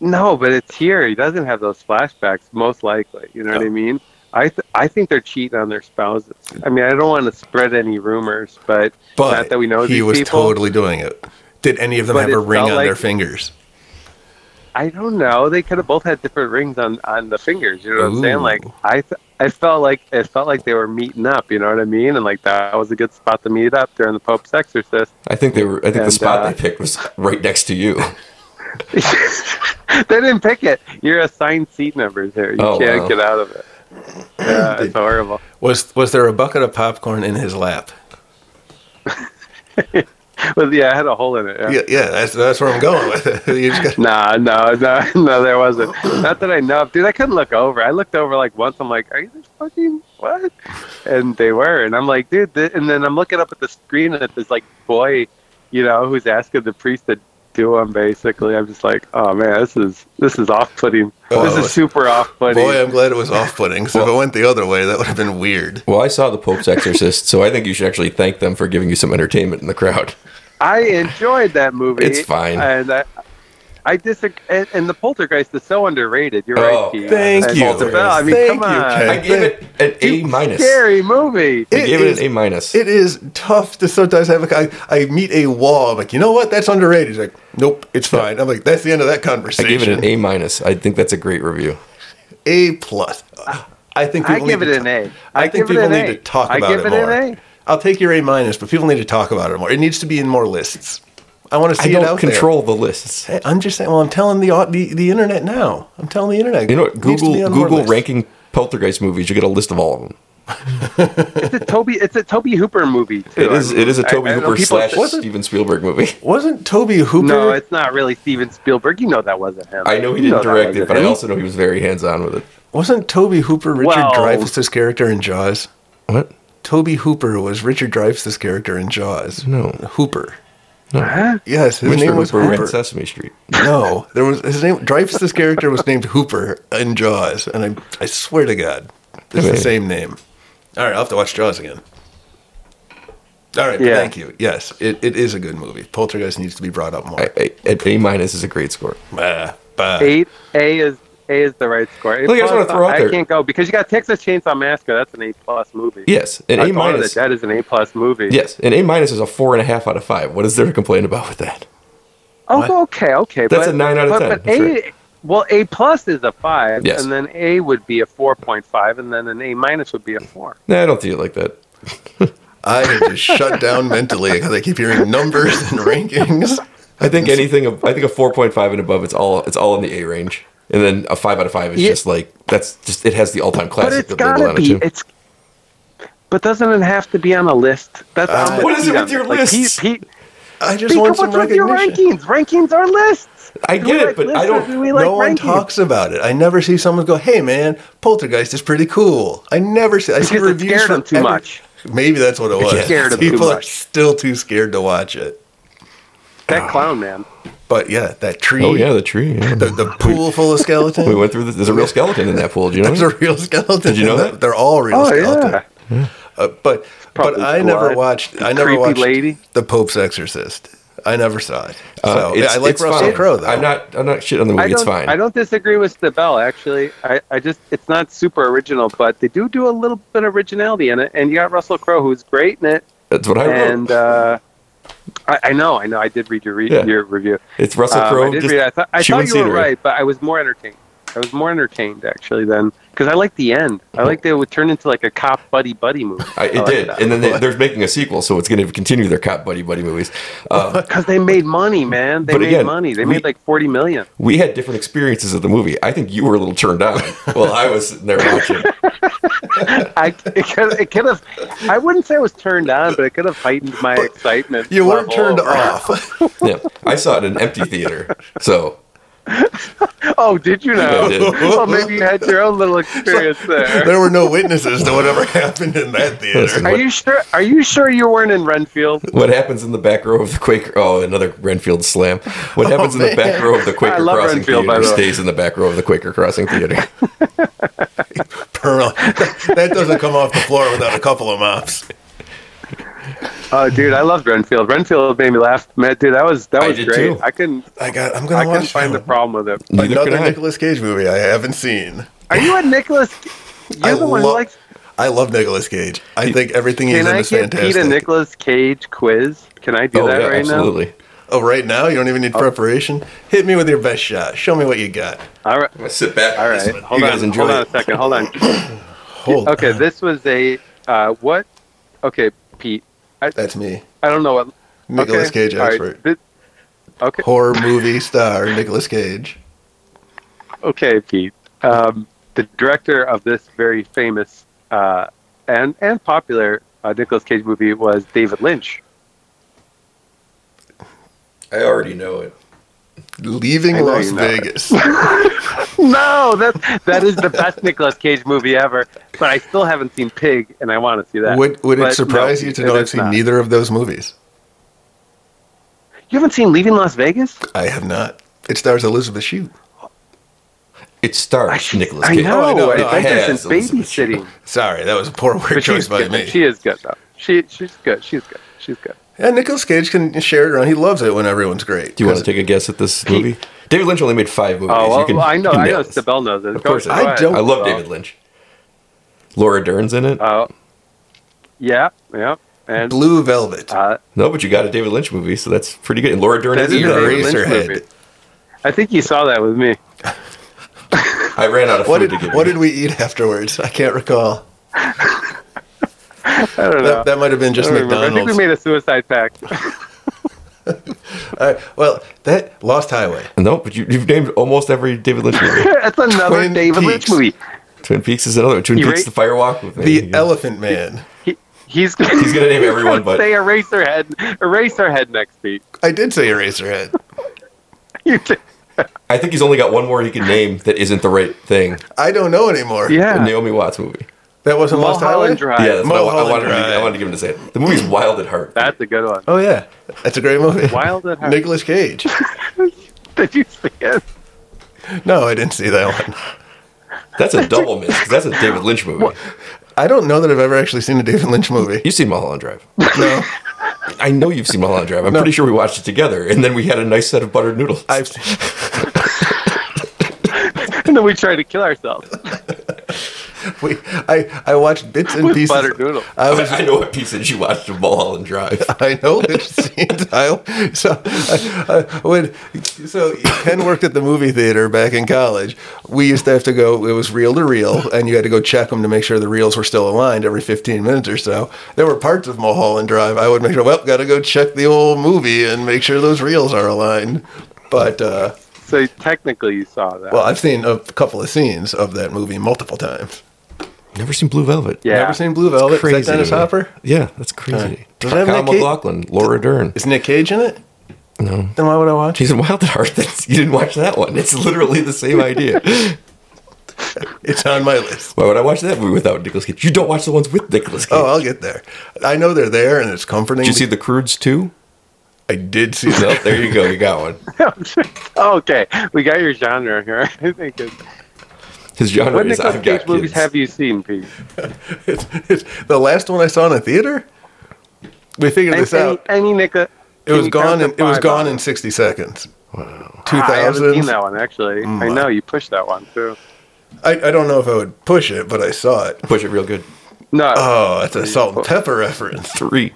S6: No, but it's here. He doesn't have those flashbacks, most likely. You know what I mean? I th- I think they're cheating on their spouses. I mean, I don't want to spread any rumors, but,
S2: But
S6: not that we know
S2: he
S6: these
S2: was
S6: people.
S2: totally doing it. Did any of them
S6: But
S2: have a
S6: it
S2: ring
S6: felt
S2: on
S6: like-
S2: their fingers?
S6: I don't know. They could have both had different rings on on the fingers. You know what I'm saying?
S2: Ooh.
S6: Like I th- I felt like it felt like they were meeting up. You know what I mean? And like that was a good spot to meet up during the Pope's exorcist.
S1: I think they were I think the
S6: And,
S1: spot
S6: uh,
S1: they picked was right next to you.
S6: they didn't pick it. You're assigned seat numbers here. You
S1: Oh,
S6: can't
S1: wow.
S6: get out of it. Yeah, it's horrible.
S2: Was was there a bucket of popcorn in his lap?
S6: But yeah, I had a hole in it. Yeah.
S2: Yeah, yeah, that's that's where I'm going with it. You just got
S6: Nah, no, no, no, there wasn't. Not that I know of. Dude, I couldn't look over. I looked over like once. I'm like, are you this fucking what? And they were. And I'm like, dude, th-, and then I'm looking up at the screen and this like boy, you know, who's asking the priest to do him basically. I'm just like, oh man, this is this is off putting.
S2: Oh,
S6: this is super off putting.
S2: boy, I'm glad it was off-putting. So if it went the other way, that would have been weird.
S1: Well, I saw the Pope's Exorcist, so I think you should actually thank them for giving you some entertainment in the crowd.
S6: I enjoyed that movie.
S1: It's fine.
S6: And I, I disagree. And, and the Poltergeist is so underrated. You're
S1: Oh,
S6: right. Keith.
S2: thank
S6: And
S2: you.
S6: Poltergeist- I mean,
S2: Thank
S6: come
S2: you,
S6: on.
S2: Ken.
S1: I gave it an A minus. I
S6: Scary movie.
S2: It
S1: gave
S2: is-
S1: it an A minus.
S2: It is tough to sometimes have a. I, I meet a wall. I'm like, you know what? That's underrated. He's like, nope, it's fine. I'm like, that's the end of that
S1: I
S2: conversation.
S1: gave it an A minus. I think that's a great review.
S2: A plus. I think
S6: I
S2: people
S6: give
S2: need
S6: it
S2: to
S6: an A.
S2: talk- I think
S6: give it
S2: people
S6: an
S2: need
S6: A.
S2: to talk
S6: I
S2: about
S6: give
S2: it
S6: it an
S2: more.
S6: A.
S2: I'll take your A minus, but people need to talk about it more. It needs to be in more lists. I want to see
S1: I
S2: it out
S1: don't
S2: there.
S1: control the lists.
S2: Hey, I'm just saying. Well, I'm telling the au- the, the internet now. I'm telling the internet.
S1: You know
S2: It
S1: what?
S2: needs to
S1: Google
S2: be on more
S1: Google
S2: lists.
S1: ranking poltergeist movies. You get a list of all of them.
S6: It's a Toby. It's a Toby Hooper movie. Too.
S1: It is it is a
S6: I-
S1: Toby
S6: I know
S1: Hooper
S6: people-
S1: slash
S2: wasn't-
S1: Steven Spielberg movie.
S2: Wasn't Toby Hooper?
S6: No, it's not really Steven Spielberg. You know that wasn't him.
S1: I know he
S6: You
S1: didn't
S6: that
S1: direct it,
S6: wasn't
S1: but I
S6: him.
S1: also know he was very hands on with it.
S2: wasn't Toby Hooper Richard
S6: Well-
S2: Dreyfuss's character in Jaws?
S1: What?
S2: Toby Hooper was Richard Dreyfuss's character in Jaws.
S1: No.
S2: Hooper.
S6: Huh?
S2: Yes, his
S1: Mr.
S2: name was
S1: Hooper
S2: Hooper.
S1: ran Sesame Street.
S2: No, there was his name. Dreyfuss's character was named Hooper in Jaws, and I I swear to God, it's the
S1: Okay.
S2: same name. All right, I'll have to watch Jaws again. All right,
S6: Yeah.
S2: thank you. Yes, it, it is a good movie. Poltergeist needs to be brought up more.
S1: I, I, at A minus is a great score.
S2: Bah, bah.
S6: Eight A is A is the right score. A
S1: Look, I just wanna
S6: plus,
S1: throw out there-
S6: I can't go because you got Texas Chainsaw Massacre. That's an A plus movie.
S1: Yes, an
S6: Dawn
S1: A
S6: of the
S1: minus.
S6: Dead is an A plus movie.
S1: Yes, an A minus is a four and a half out of five. What is there to complain about with that?
S6: Oh,
S2: What?
S6: okay, okay.
S1: That's a nine out of
S6: but,
S1: 10,
S6: But
S1: that's
S6: A,
S1: right.
S6: well, A plus is a five,
S1: Yes.
S6: and then A would be a four point five, and then an A minus would be a four.
S1: Nah, I don't see it like that.
S2: I am just shut down mentally because I keep hearing numbers and rankings.
S1: I think anything. ab- I think a four point five and above. It's all. It's all in the A range. And then a five out of five is
S6: Yeah.
S1: just like that's just it has the all time
S6: But
S1: classic
S6: it's
S1: label
S6: gotta
S1: on it
S6: be.
S1: too.
S6: It's. But doesn't it have to be on a list? That's
S2: Uh,
S6: I'm
S1: What is it
S6: Pete
S1: with
S6: on
S1: your
S6: this. like,
S1: lists?
S6: Pete, Pete,
S2: I just
S6: Pete,
S2: want
S6: what's
S2: some
S6: with your
S2: recognition.
S6: rankings? Rankings are lists.
S1: I
S6: Do
S1: get
S6: we
S1: it,
S6: like
S1: but I
S6: lists or
S1: don't-
S6: do we like
S2: no one
S6: rankings?
S2: talks about it. I never see someone go, "Hey, man, Poltergeist is pretty cool." I never see. I see
S6: Because it
S2: reviews
S6: scared
S2: from
S6: them too
S2: every-
S6: much.
S2: Maybe that's what it was.
S6: scared them too
S2: People are
S6: much.
S2: still too scared to watch it.
S6: That clown man.
S2: But yeah, that tree.
S1: oh yeah, the tree. yeah.
S2: the, the pool full of skeletons.
S1: we went through. This, there's a real skeleton in that pool. Do you know?
S2: There's a real skeleton.
S1: Did you know
S2: in
S1: that?
S2: They're all real
S6: Oh
S2: skeletons.
S6: yeah.
S2: Uh, but but
S6: Probably
S2: I never
S6: blood.
S2: watched. I never
S6: Creepy
S2: watched
S6: lady.
S2: the Pope's Exorcist. I never saw it.
S1: Uh,
S2: So yeah,
S1: it's-
S2: I like
S1: it's
S2: Russell
S1: fine.
S2: Crowe though.
S1: I'm not. I'm not shit on the movie.
S6: I don't,
S1: It's fine.
S6: I don't disagree with Stabell actually. I, I just it's not super original, but they do do a little bit of originality in it. And you got Russell Crowe, who's great in it.
S1: That's what I wrote.
S6: And uh, I, I know, I know, I did read your re-
S1: Yeah.
S6: your review.
S1: it's Russell
S6: Um,
S1: Crowe.
S6: I did
S1: just
S6: read. it. I thought, I
S1: chewing
S6: thought you were
S1: scenery.
S6: right, but I was more entertained. I was more entertained actually than because I liked the end. I liked that it would turn into like a cop buddy buddy movie.
S1: I, it did, and then they, they're making a sequel, so it's going to continue their cop buddy buddy movies. Um,
S6: because they made money, man. They
S1: But
S6: made
S1: again,
S6: money. They
S1: we-
S6: made like forty million.
S1: we had different experiences of the movie. I think you were a little turned on while I was sitting there watching.
S6: I it could, it could have. I wouldn't say I was turned on, but it could have heightened my excitement.
S2: you weren't
S6: level
S2: turned
S6: over.
S2: off.
S1: Yeah, I saw it in an empty theater, so
S6: Oh, did you know?
S1: I did.
S6: well, maybe you had your own little experience there.
S2: there were no witnesses to whatever happened in that theater.
S6: Are you sure? Are you sure you weren't in Renfield?
S1: what happens in the back row of the Quaker? Oh, another Renfield slam. What happens in the back
S2: man.
S1: row of the Quaker
S6: Oh, I love
S1: Crossing
S6: Renfield, by
S1: Theater
S6: the way.
S1: stays in the back row of the Quaker Crossing Theater.
S2: Pearl. that doesn't come off the floor without a couple of mops.
S6: Oh, dude, I loved Renfield. Renfield made me laugh. Man, dude, that was that
S1: I
S6: was
S1: did
S6: great.
S1: too.
S6: I couldn't.
S2: I got. I'm
S6: I
S2: gonna
S6: couldn't
S2: watch
S6: find a problem with it.
S1: Neither
S2: another
S1: could I.
S2: Nicolas Cage movie I haven't seen.
S6: Are you a Nicholas? You're
S2: I
S6: the one who
S2: lo-
S6: likes.
S2: I love Nicolas Cage. I think everything he's
S6: Can
S2: in
S6: I
S2: is
S6: get
S2: fantastic.
S6: Pete a Nicholas Cage quiz? Can I do
S1: oh
S6: that
S1: yeah,
S6: right now?
S1: absolutely.
S2: oh, right now you don't even need preparation. Hit me with your best shot. Show me what you got.
S6: All right.
S1: I sit back.
S6: All right. Hold
S1: you
S6: on.
S1: guys enjoy
S6: hold on
S1: it.
S6: a second. Hold on.
S2: Hold.
S6: Okay,
S2: on.
S6: this was a uh, what? Okay, Pete.
S2: that's me,
S6: I don't know what.
S2: Nicolas
S6: okay,
S2: Cage
S6: all right,
S2: expert.
S6: thi- Okay.
S2: horror movie star Nicolas Cage.
S6: Okay, Pete. Um, the director of this very famous uh, and and popular uh, Nicolas Cage movie was David Lynch.
S1: I already know it.
S2: Leaving
S6: I know
S2: Las
S6: you know it.
S2: Vegas.
S6: No, that that is the best Nicolas Cage movie ever. But I still haven't seen Pig, and I want to see that.
S2: would would
S6: But
S2: it surprise
S6: no,
S2: you to
S6: it
S2: know I've
S6: is
S2: seen
S6: not.
S2: neither of those movies?
S6: You haven't seen Leaving Las Vegas?
S2: I have not. It stars Elizabeth Shue.
S1: It
S6: I
S1: stars
S6: should-
S1: Nicholas
S6: I
S1: Cage.
S6: know.
S2: Oh, I know, I
S6: I
S2: know, I
S6: think
S2: had
S6: there's some
S1: Elizabeth Shue.
S6: babysitting.
S2: Sorry, that was a poor word
S6: But
S2: choice
S6: she's
S2: by
S6: good.
S2: me.
S6: She is good though. She she's good. She's good. She's good.
S2: yeah, Nicolas Cage can share it around. He loves it when everyone's great.
S1: Do you want to
S2: 'Cause
S1: take a guess at this movie? David Lynch only made five movies.
S6: Oh, well,
S1: you can,
S6: I
S1: you
S6: know.
S1: can
S6: I
S1: nail
S6: know.
S1: this.
S6: Sibel knows it.
S1: Of course,
S2: I
S1: I,
S2: don't-
S1: I love
S6: Sibel.
S1: David Lynch. Laura Dern's in it.
S6: Oh, yeah, yeah, and
S2: Blue Velvet.
S6: uh,
S1: no, but you got a David Lynch movie, so that's pretty good. And Laura Dern
S6: that
S1: is
S6: is
S1: in
S6: a
S2: Eraserhead.
S6: David
S1: it.
S6: Lynch movie. I think you saw that with me.
S1: I ran out of
S2: what
S1: food
S2: did
S1: to give
S2: what
S1: you.
S2: did we eat afterwards? I can't recall.
S6: I don't know.
S2: That, that might have been
S6: Uh, I,
S2: just
S6: don't remember. I
S2: McDonald's.
S6: think we made a suicide pact.
S2: All right, well, that Lost Highway.
S1: No, but you, you've named almost every David Lynch movie.
S6: That's another
S2: Twin
S6: David
S2: Peaks.
S6: Lynch movie.
S1: Twin Peaks is another. Twin
S6: You
S1: Peaks,
S6: rate-
S1: The Fire Walk with Me.
S2: The
S1: You know.
S2: Elephant Man.
S6: He, he's gonna,
S1: He's gonna name everyone, but-
S6: say Eraserhead. Eraserhead next week.
S2: I did say Eraserhead.
S6: You did-
S1: I think he's only got one more he can name that isn't the right thing.
S2: I don't know anymore.
S1: A
S6: yeah.
S1: Naomi Watts movie.
S2: That wasn't Lost Highway?
S6: Mulholland Drive.
S1: yeah, that's what I, I
S2: Mulholland
S1: wanted to, I
S2: Drive. Mm.
S1: wanted to give him to say. The movie's Wild at Heart.
S6: That's a good one.
S2: Oh, yeah. That's a great movie.
S6: Wild at Heart.
S2: Nicholas Cage.
S6: Did you see it?
S2: No, I didn't see that one.
S1: That's a double miss 'cause that's a David Lynch movie.
S2: I don't know that I've ever actually seen a David Lynch movie.
S1: You've seen Mulholland Drive.
S2: No,
S1: I know you've seen Mulholland Drive. I'm pretty sure we watched it together, and then we had a nice set of buttered noodles.
S2: I've
S6: And then we tried to kill ourselves.
S2: we, I I watched bits and
S6: With
S2: pieces.
S6: buttered noodle.
S2: I
S1: I,
S2: was
S1: I know what pieces you watched of Mulholland Drive.
S2: I know which scene title. So I, I, when so Ken worked at the movie theater back in college, we used to have to go. It was reel to reel, and you had to go check them to make sure the reels were still aligned every fifteen minutes or so. There were parts of Mulholland Drive I would make sure. Well, got to go check the old movie and make sure those reels are aligned. But uh,
S6: So technically, you saw that.
S2: well, I've seen a couple of scenes of that movie multiple times.
S1: Never seen Blue Velvet.
S6: Yeah.
S2: Never seen Blue Velvet. Is that
S1: Crazy.
S2: Dennis Hopper?
S1: Yeah, that's crazy.
S2: Does that have
S1: Kyle
S2: Nick Cage?
S1: McLaughlin, Laura Dern.
S2: Is Nick Cage in it?
S1: No.
S2: Then why would I watch? it?
S1: She's in Wild at Heart. That's, you didn't watch that one. It's literally the same idea.
S2: It's on my list.
S1: Why would I watch that movie without Nicolas Cage? You don't watch the ones with Nicolas Cage.
S2: Oh, I'll get there. I know they're there, and it's comforting.
S1: Did you see The Crudes too?
S2: I did see
S1: No,
S2: that.
S1: there you go. You got one.
S6: okay, we got your genre here. I think it's.
S1: His genre
S6: What
S1: is
S6: Nicolas
S1: I've
S6: Cage
S1: got
S6: movies
S1: kids.
S6: have you seen, Pete?
S2: it's, it's the last one I saw in a theater. We figured
S6: Any,
S2: this
S6: any,
S2: out.
S6: any Nicolas?
S2: It was gone. In, it was gone in sixty seconds. Two
S6: Ah, I haven't seen
S2: thousand.
S6: that one actually. I
S2: Mm.
S6: know you pushed that one too.
S2: I, I don't know if I would push it, but I saw it.
S1: Push it real good.
S6: No,
S2: Oh, it's a salt and pepper reference.
S1: Three.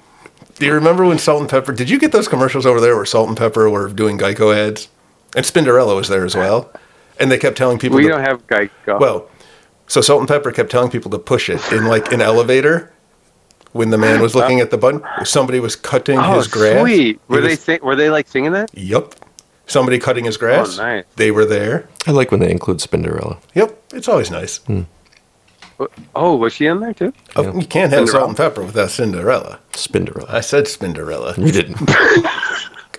S2: Do you remember when salt and pepper? Did you get those commercials over there where salt and pepper were doing Geico ads, and Spinderella was there as well, and they kept telling people
S6: we
S2: to-
S6: don't have Geico.
S2: Uh, Well, so Salt and Pepper kept telling people to push it in like an elevator when the man was looking at the button. Somebody was cutting
S6: oh
S2: his grass.
S6: sweet. Were
S2: He
S6: they
S2: was-
S6: sing, Were they like singing that?
S2: Yep. Somebody cutting his grass.
S6: Oh, nice.
S2: They were there.
S1: I like when they include Spinderella.
S2: Yep. It's always nice.
S6: Oh, was she in there too?
S2: Oh,
S1: Yeah.
S2: You can't have
S6: Cinderella.
S2: Salt and Pepper without Cinderella. I
S1: Spinderella.
S2: said Spinderella.
S1: You didn't.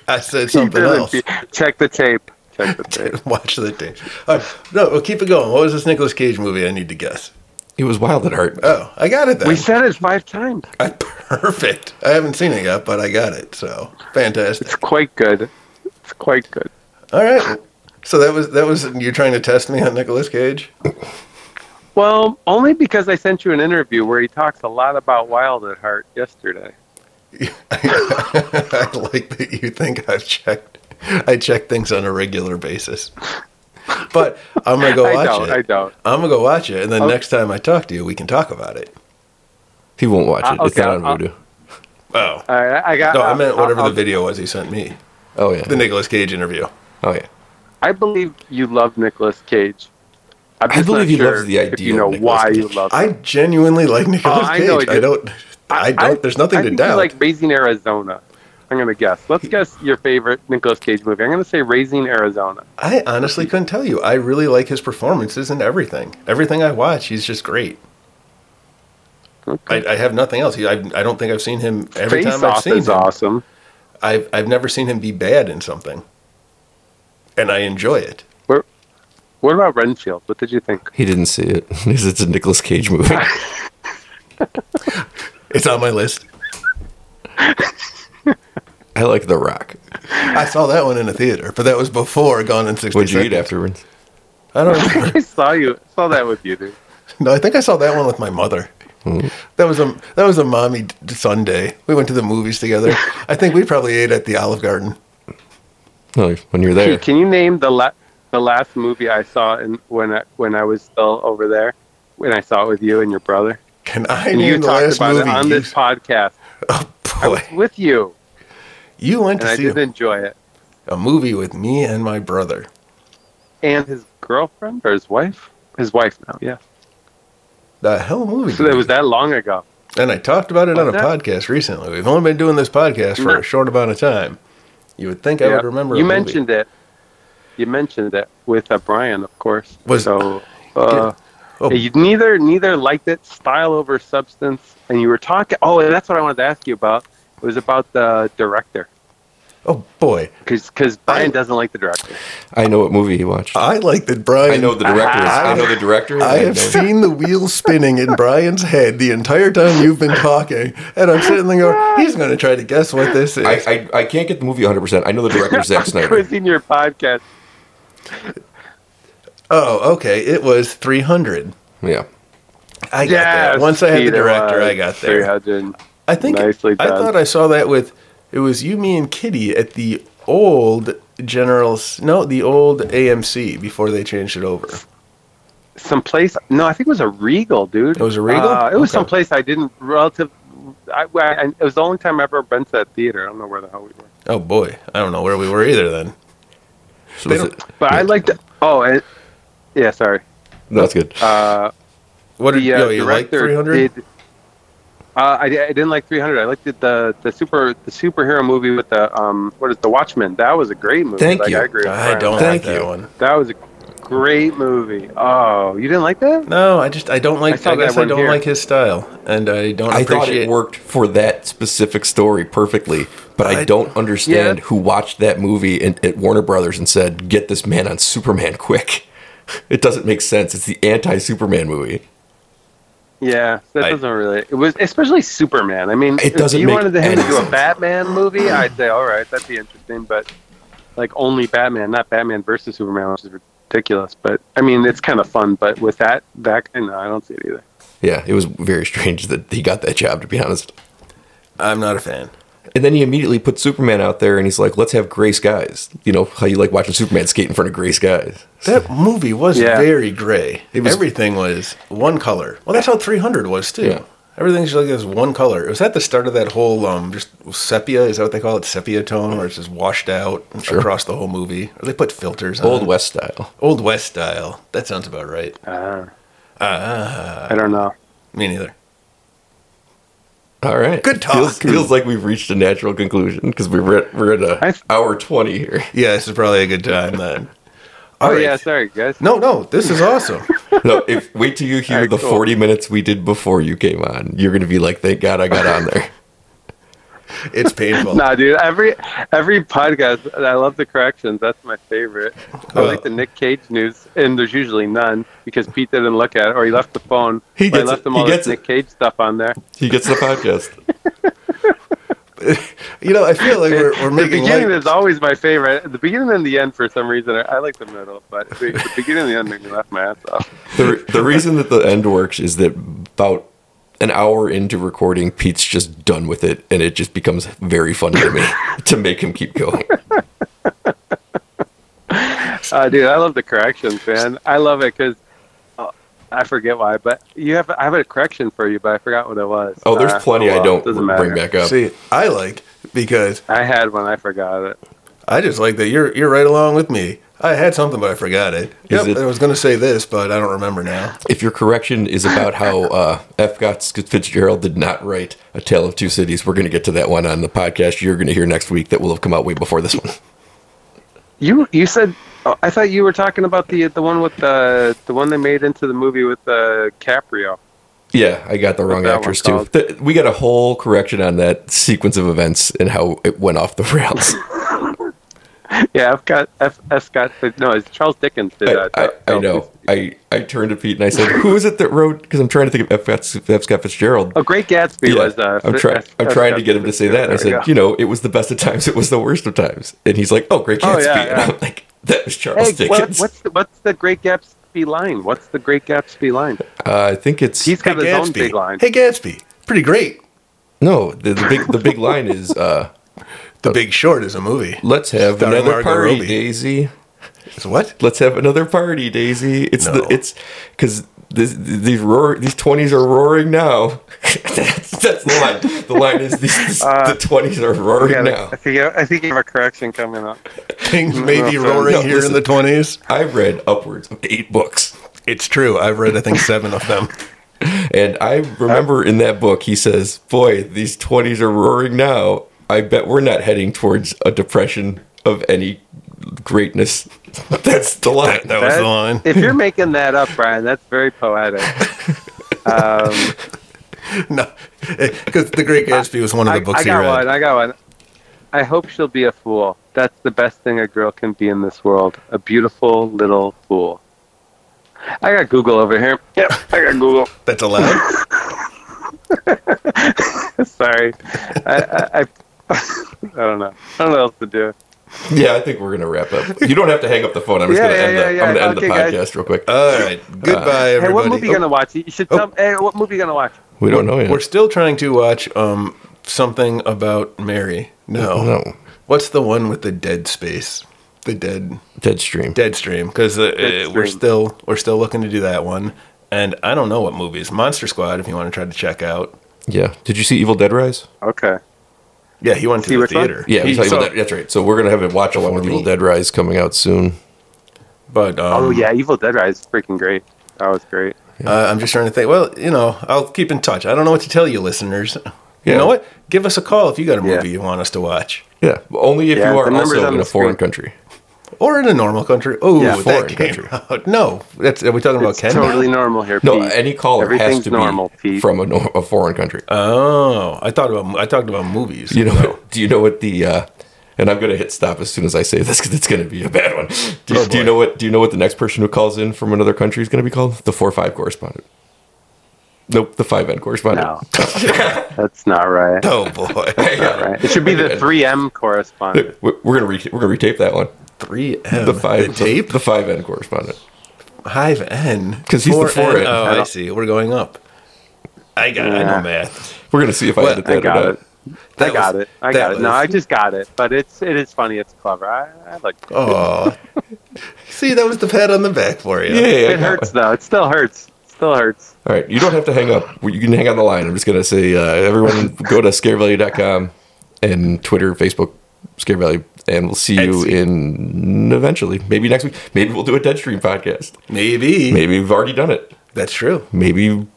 S2: I said something
S6: Didn't
S2: else.
S6: she? Check the tape. Check the tape.
S2: Watch the tape. All right. No, well, keep it going. What was this Nicolas Cage movie I need to guess?
S1: It was Wild at Heart.
S2: Oh, I got it then.
S6: we said it five times.
S2: I, perfect. I haven't seen it yet, but I got it. So fantastic.
S6: It's quite good. It's quite good.
S2: All right. So that was that was you're trying to test me on Nicolas Cage.
S6: Well, only because I sent you an interview where he talks a lot about Wild at Heart yesterday.
S2: I like that you think I've checked. I check things on a regular basis. But I'm gonna go
S6: I
S2: watch
S6: don't. I Oh.
S2: it.
S6: don't.
S2: I am gonna go watch it, and then
S6: Okay.
S2: next time I talk to you, we can talk about it.
S1: He won't watch it.
S6: Uh,
S1: it's
S6: okay,
S1: not on
S6: I'll-
S1: Voodoo.
S2: Oh
S6: All right, I got.
S2: no, I meant
S6: Uh, I'll-
S2: whatever
S6: I'll-
S2: the video was he sent me,
S1: Oh yeah.
S2: the Nicolas Cage interview.
S1: oh yeah.
S6: I believe you love Nicolas Cage. I'm
S1: I
S6: just
S1: believe
S6: not
S1: you love
S6: sure
S1: the
S6: If
S1: idea
S6: you
S1: of
S6: know
S1: Nicolas
S6: why you
S1: Cage.
S6: love.
S2: I genuinely like Nicolas
S6: Oh, I
S2: Cage.
S6: know you
S2: I
S6: do.
S2: don't. I, don't. there's nothing
S6: I
S2: to
S6: think you
S2: doubt.
S6: Like raising Arizona. I'm gonna guess. Let's guess your favorite Nicolas Cage movie. I'm gonna say Raising Arizona.
S2: I honestly couldn't tell you. I really like his performances and everything. Everything I watch, he's just great. I, I have nothing else. He- I, I don't think I've seen him every
S6: Face
S2: time I've
S6: Off
S2: seen
S6: is
S2: him.
S6: awesome.
S2: I've I've never seen him be bad in something, and I enjoy it.
S6: What about Renfield? What did you think?
S1: He didn't see it because it's a Nicolas Cage movie.
S2: It's on my list.
S1: I like The Rock.
S2: I saw that one in a theater, but that was before Gone in sixty
S1: What'd you eat
S2: Seconds.
S1: afterwards?
S2: I don't. Remember.
S6: I saw you saw that with you, dude.
S2: No, I think I saw that one with my mother.
S6: Mm-hmm.
S2: That was a that was a mommy d- Sunday. We went to the movies together. I think we probably ate at the Olive Garden.
S1: No, when you're
S6: Hey,
S1: there.
S6: can you name the la- the last movie I saw in, when I, when I was still over there? When I saw it with you and your brother,
S2: Can I
S6: and
S2: name
S6: you
S2: the
S6: talked
S2: last
S6: about
S2: movie?
S6: it on
S2: you,
S6: this podcast
S2: oh boy,
S6: with you,
S2: you went
S6: and
S2: to
S6: I
S2: see
S6: did
S2: a,
S6: enjoy it.
S2: a movie with me and my brother.
S6: And his girlfriend or his wife, his wife now, yeah.
S2: The hell movie?
S6: So
S2: did
S6: it
S2: we
S6: was that long ago.
S2: And I talked about it
S6: Was
S2: on a
S6: that-
S2: podcast recently. We've only been doing this podcast for
S6: No.
S2: a short amount of time. You would think I
S6: Yeah.
S2: would remember.
S6: You
S2: a movie.
S6: mentioned it. You mentioned it with uh, Brian, of course.
S2: Was-
S6: so. Uh,
S2: Oh.
S6: You neither neither liked it style over substance, and you were talking. Oh, and that's what I wanted to ask you about. It was about the director,
S2: Oh boy,
S6: because Brian doesn't like the director.
S1: I know what movie he watched.
S2: I like that Brian.
S1: I know the director. is- I know the director.
S2: Uh, I have
S1: know-
S2: seen the wheels spinning in Brian's head the entire time you've been talking, and I'm sitting there going, "He's going to try to guess what this is."
S1: I, I, I can't get the movie 100%. I know the director Zack
S6: I
S1: Snyder.
S6: was in your podcast.
S2: oh, okay, it was 300.
S1: Yeah.
S2: I got
S6: Yeah.
S2: that. Once I had the director, I got there. I think
S6: Nicely
S2: I
S6: done.
S2: thought I saw that with it was you, me, and Kitty at the old General's no, the old AMC before they changed it over.
S6: Someplace. No, I think it was a Regal, dude.
S2: It was a Regal?
S6: Uh, it was
S2: Okay.
S6: someplace I didn't relative. I, I, I- it was the only time I ever been to that theater. I don't know where the hell we were.
S2: Oh boy, I don't know where we were either then.
S1: So was
S2: don't-
S1: it,
S6: But I liked. Oh, and, yeah. Sorry.
S1: no, that's good.
S6: Uh,
S2: What did
S6: the uh,
S2: yo, you like
S6: director
S2: 300?
S6: did. Uh, I, I didn't like 300. I liked it, the the super the superhero movie with the um what is the Watchmen. That was a great movie.
S1: Thank
S6: Like,
S1: you.
S6: I, agree with
S2: I
S6: Brian.
S2: don't
S1: Thank
S2: like
S1: you.
S2: that one.
S6: That was a great movie. Oh, you didn't like that?
S2: No, I just I don't like.
S6: I saw
S2: I, guess
S6: that
S2: I
S6: one
S2: don't
S6: here.
S2: like his style, and I don't
S1: I thought
S2: appreciate.
S1: it worked for that specific story perfectly, but I,
S2: I-
S1: don't understand
S6: Yeah.
S1: who watched that movie and, at Warner Brothers and said, "Get this man on Superman quick." It doesn't make sense. It's the anti-Superman movie.
S6: Yeah, that
S2: I-
S6: doesn't really. It was especially Superman. I mean,
S1: It doesn't
S6: if you
S1: make
S6: wanted him to
S1: any
S6: do a
S1: sense.
S6: Batman movie, I'd say all right, that'd be interesting. But like only Batman, not Batman versus Superman, which is ridiculous. But I mean, it's kind of fun. But with that, that no, I don't see it either.
S1: Yeah, it was very strange that he got that job. To be honest,
S2: I'm not a fan.
S1: and then he immediately put Superman out there, and he's like, "Let's have gray skies." You know how you like watching Superman skate in front of gray skies.
S2: That movie was
S6: Yeah.
S2: very gray.
S1: was-
S2: Everything was one color. Well, that's how 300 was too.
S1: Yeah.
S2: Everything's like this one color. Was that the start of that whole um, just sepia? Is that what they call it? Sepia tone, where it's just washed out across the whole movie. Or they put filters.
S1: Old
S2: on. it.
S1: West style.
S2: Old West style. That sounds about right.
S6: Uh, I don't know.
S2: Me neither.
S1: All right,
S2: Good talk.
S1: Feels, feels like we've reached a natural conclusion because we're at, we're at a
S6: I-
S1: hour twenty here.
S2: Yeah, this is probably a good time then.
S6: Oh
S2: All right.
S6: yeah, sorry guys.
S2: No, no, this is awesome.
S1: No, if wait till you hear
S6: Alright,
S1: the
S6: cool.
S1: 40 minutes we did before you came on. You're going to be like, thank God I got on there.
S2: it's painful.
S6: Nah, dude. Every every podcast, I love the corrections. That's my favorite. I like the Nick Cage news, and there's usually none because Pete didn't look at it, or he left the phone.
S1: He
S6: But I
S1: gets
S6: left
S1: it.
S6: him
S1: He
S6: all
S1: gets
S6: this
S1: it.
S6: Nick Cage stuff on there.
S1: He gets the podcast.
S2: You know, I feel like we're, we're
S6: the
S2: making
S6: beginning
S2: light-
S6: is always my favorite. The beginning and the end, for some reason, I, I like the middle, but the, the beginning and the end make me laugh my ass off.
S1: The, the reason that the end works is that about an hour into recording, Pete's just done with it, and it just becomes very funny to me to make him keep going.
S6: Uh, dude, I love the corrections, man. I love it because. I forget why, but you have I have a correction for you, but I forgot what it was.
S1: Oh, there's
S6: Uh,
S1: plenty
S6: well,
S1: I don't
S6: doesn't
S1: bring
S6: matter.
S1: back up.
S2: See, I like because
S6: I had one, I forgot it.
S2: I just like that you're you're right along with me. I had something, but I forgot it.
S1: Is
S2: yep,
S1: it-
S2: I was going to say this, but I don't remember now.
S1: If your correction is about how uh, F. Scott Fitzgerald did not write A Tale of Two Cities, we're going to get to that one on the podcast you're going to hear next week that will have come out way before this one.
S6: You you said oh, I thought you were talking about the the one with the the one they made into the movie with uh, Caprio.
S1: Yeah, I got the wrong
S6: that
S1: actress
S6: one
S1: too. Th- we got a whole correction on that sequence of events and how it went off the rails.
S6: Yeah, I've got F, F Scott. No, it's Charles Dickens did uh,
S1: I,
S6: that.
S1: I, I know. I, I turned to Pete and I said, "Who is it that wrote?" Because I'm trying to think of F. Scott, F. Scott Fitzgerald.
S6: Oh, Great Gatsby
S1: Yeah,
S6: was. Uh,
S1: I'm, try-
S6: F-
S1: I'm
S6: F.
S1: trying to
S6: Scott
S1: get him to say that. And I said,
S6: Fitzgerald.
S1: you know, it was the best of times. It was the worst of times. And he's like, oh, great Gatsby.
S6: Oh, yeah,
S1: And
S6: yeah.
S1: I'm like, that was Charles
S6: Hey, what,
S1: Dickens.
S6: what's the, what's the Great Gatsby line? What's the Great Gatsby line?
S1: Uh, I think it's
S6: He's got
S2: Hey,
S6: his own
S2: Gatsby.
S6: big line.
S2: Hey, Gatsby. Pretty great.
S1: no. The, the big the big line is, uh,
S2: The Big Short is a movie.
S1: let's have
S2: Starring
S1: another
S2: Margot
S1: party,
S2: Robbie.
S1: Daisy.
S2: It's what?
S1: Let's have another party, Daisy. It's
S2: No.
S1: the it's because these roar these twenties are roaring now. that's, that's the line. The line is these,
S6: Uh,
S1: the twenties are roaring
S6: Yeah,
S1: now.
S6: I think I think you have a correction coming up.
S2: Things may be
S6: No,
S2: roaring
S1: no,
S2: here
S1: listen.
S2: in the 20s.
S1: I've read upwards of eight books.
S2: It's true. I've read, I think, seven of them.
S1: And I remember
S6: Uh,
S1: in that book, he says, Boy, these 20s are roaring now. I bet we're not heading towards a depression of any greatness. That's the line.
S2: That was
S6: That-
S2: the line.
S6: If you're making that up, Brian, that's very poetic. Um,
S2: No, because The Great Gatsby was one of
S6: I,
S2: the books
S6: I
S2: he
S6: got
S2: read.
S6: one. I got one. I hope she'll be a fool. That's the best thing a girl can be in this world. A beautiful little fool. I got Google over here. Yep, I got Google.
S2: That's allowed.
S6: Sorry. I, I, I, I don't know. I don't know what else to do.
S1: Yeah, I think we're going to wrap up. You don't have to hang up the phone. I'm just
S6: Yeah,
S1: going to
S6: yeah,
S1: end, the,
S6: yeah,
S1: I'm
S6: yeah.
S1: gonna end the
S6: Okay, guys.
S1: podcast real quick.
S2: All right. Goodbye, everybody.
S6: Hey, what movie you
S2: Oh,
S6: gonna watch? You should tell. Hey, what movie you gonna watch?
S1: we don't know yet.
S2: We're still trying to watch um something about Mary. No.
S1: Oh, No.
S2: What's the one with the dead space? The dead
S1: Dead stream.
S2: dead stream because uh,
S6: Dead
S2: uh, we're
S6: Stream.
S2: still we're still looking to do that one. And I don't know what movies. Monster Squad, if you want to try to check out.
S1: Yeah. Did you see Evil Dead Rise?
S6: Okay.
S2: Yeah, he went
S6: See
S2: to the
S6: which one?
S2: theater.
S1: Yeah, we
S2: He-
S1: saw Evil
S2: so-
S1: Dead. that's right. So we're going to have a watch along with
S2: For
S1: Evil
S2: me.
S1: Dead Rise coming out soon.
S2: but um,
S6: Oh yeah, Evil Dead Rise, is freaking great. That was great.
S2: Uh, I'm just trying to think. Well, you know, I'll keep in touch. I don't know what to tell you, listeners. You
S1: Yeah.
S2: know what? Give us a call if you got a
S6: Yeah.
S2: movie you want us to watch,
S1: Yeah. Only if
S6: Yeah,
S1: you
S6: the
S1: are
S6: numbers
S1: also
S6: on
S1: in
S6: the
S1: a foreign
S6: screen.
S1: country.
S2: or in a normal country. Oh,
S6: Yeah,
S2: that
S1: foreign
S2: came
S1: country.
S2: out. No, that's are we talking about
S6: It's
S2: Ken?
S6: totally normal here.
S1: No,
S6: Pete.
S1: any caller has
S6: Everything's
S1: to
S6: normal,
S1: be
S6: Pete.
S1: from a, nor- a foreign country.
S2: Oh, I thought about I talked about movies.
S1: Do you know?
S2: So-
S1: Do you know what the? Uh, and I'm going to hit stop as soon as I say this because it's going to be a bad one. Do,
S2: Oh,
S1: do you
S2: boy.
S1: know what? Do you know what the next person who calls in from another country is going to be called? The four five correspondent. Nope, the five end correspondent.
S6: No, that's not right.
S2: Oh boy,
S6: Right. It should be the
S1: Anyway.
S6: 3M correspondent.
S1: We're going to re- we're going to retape that one.
S2: three M.
S1: The five
S2: tape
S1: the five end correspondent.
S2: five N
S1: 'Cause he's the four N.
S2: Oh,
S1: I
S2: I
S1: don't-
S2: see. We're going up. I got. I
S6: Yeah.
S2: know math.
S1: We're going to see if I
S2: Well,
S1: edit
S6: I
S1: that or
S6: got
S1: not.
S6: it. I
S2: That
S6: got
S2: was-
S6: it. I
S2: that
S6: got it. No,
S2: was-
S6: I just got it. But it's it is funny. It's clever. I, I like. It,
S2: Oh, see, that was the pat on the back for you.
S1: Yay, I
S6: it
S1: got
S6: hurts
S1: one.
S6: though. It still hurts. It still hurts.
S1: All right, you don't have to hang up. You can hang on the line. I'm just going to say uh, everyone go to scarevalue.com and Twitter, Facebook, scarevalue, and we'll see you
S2: Etsy.
S1: in eventually. Maybe next week. Maybe we'll do a Deadstream podcast.
S2: Maybe.
S1: Maybe we've already done it.
S2: That's true.
S1: Maybe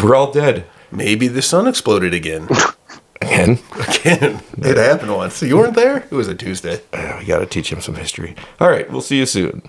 S1: we're all dead.
S2: Maybe the sun exploded again.
S1: Again,
S2: Again, it happened once. You weren't there. It was a Tuesday.
S1: uh, we got to teach him some history. All right, we'll see you soon.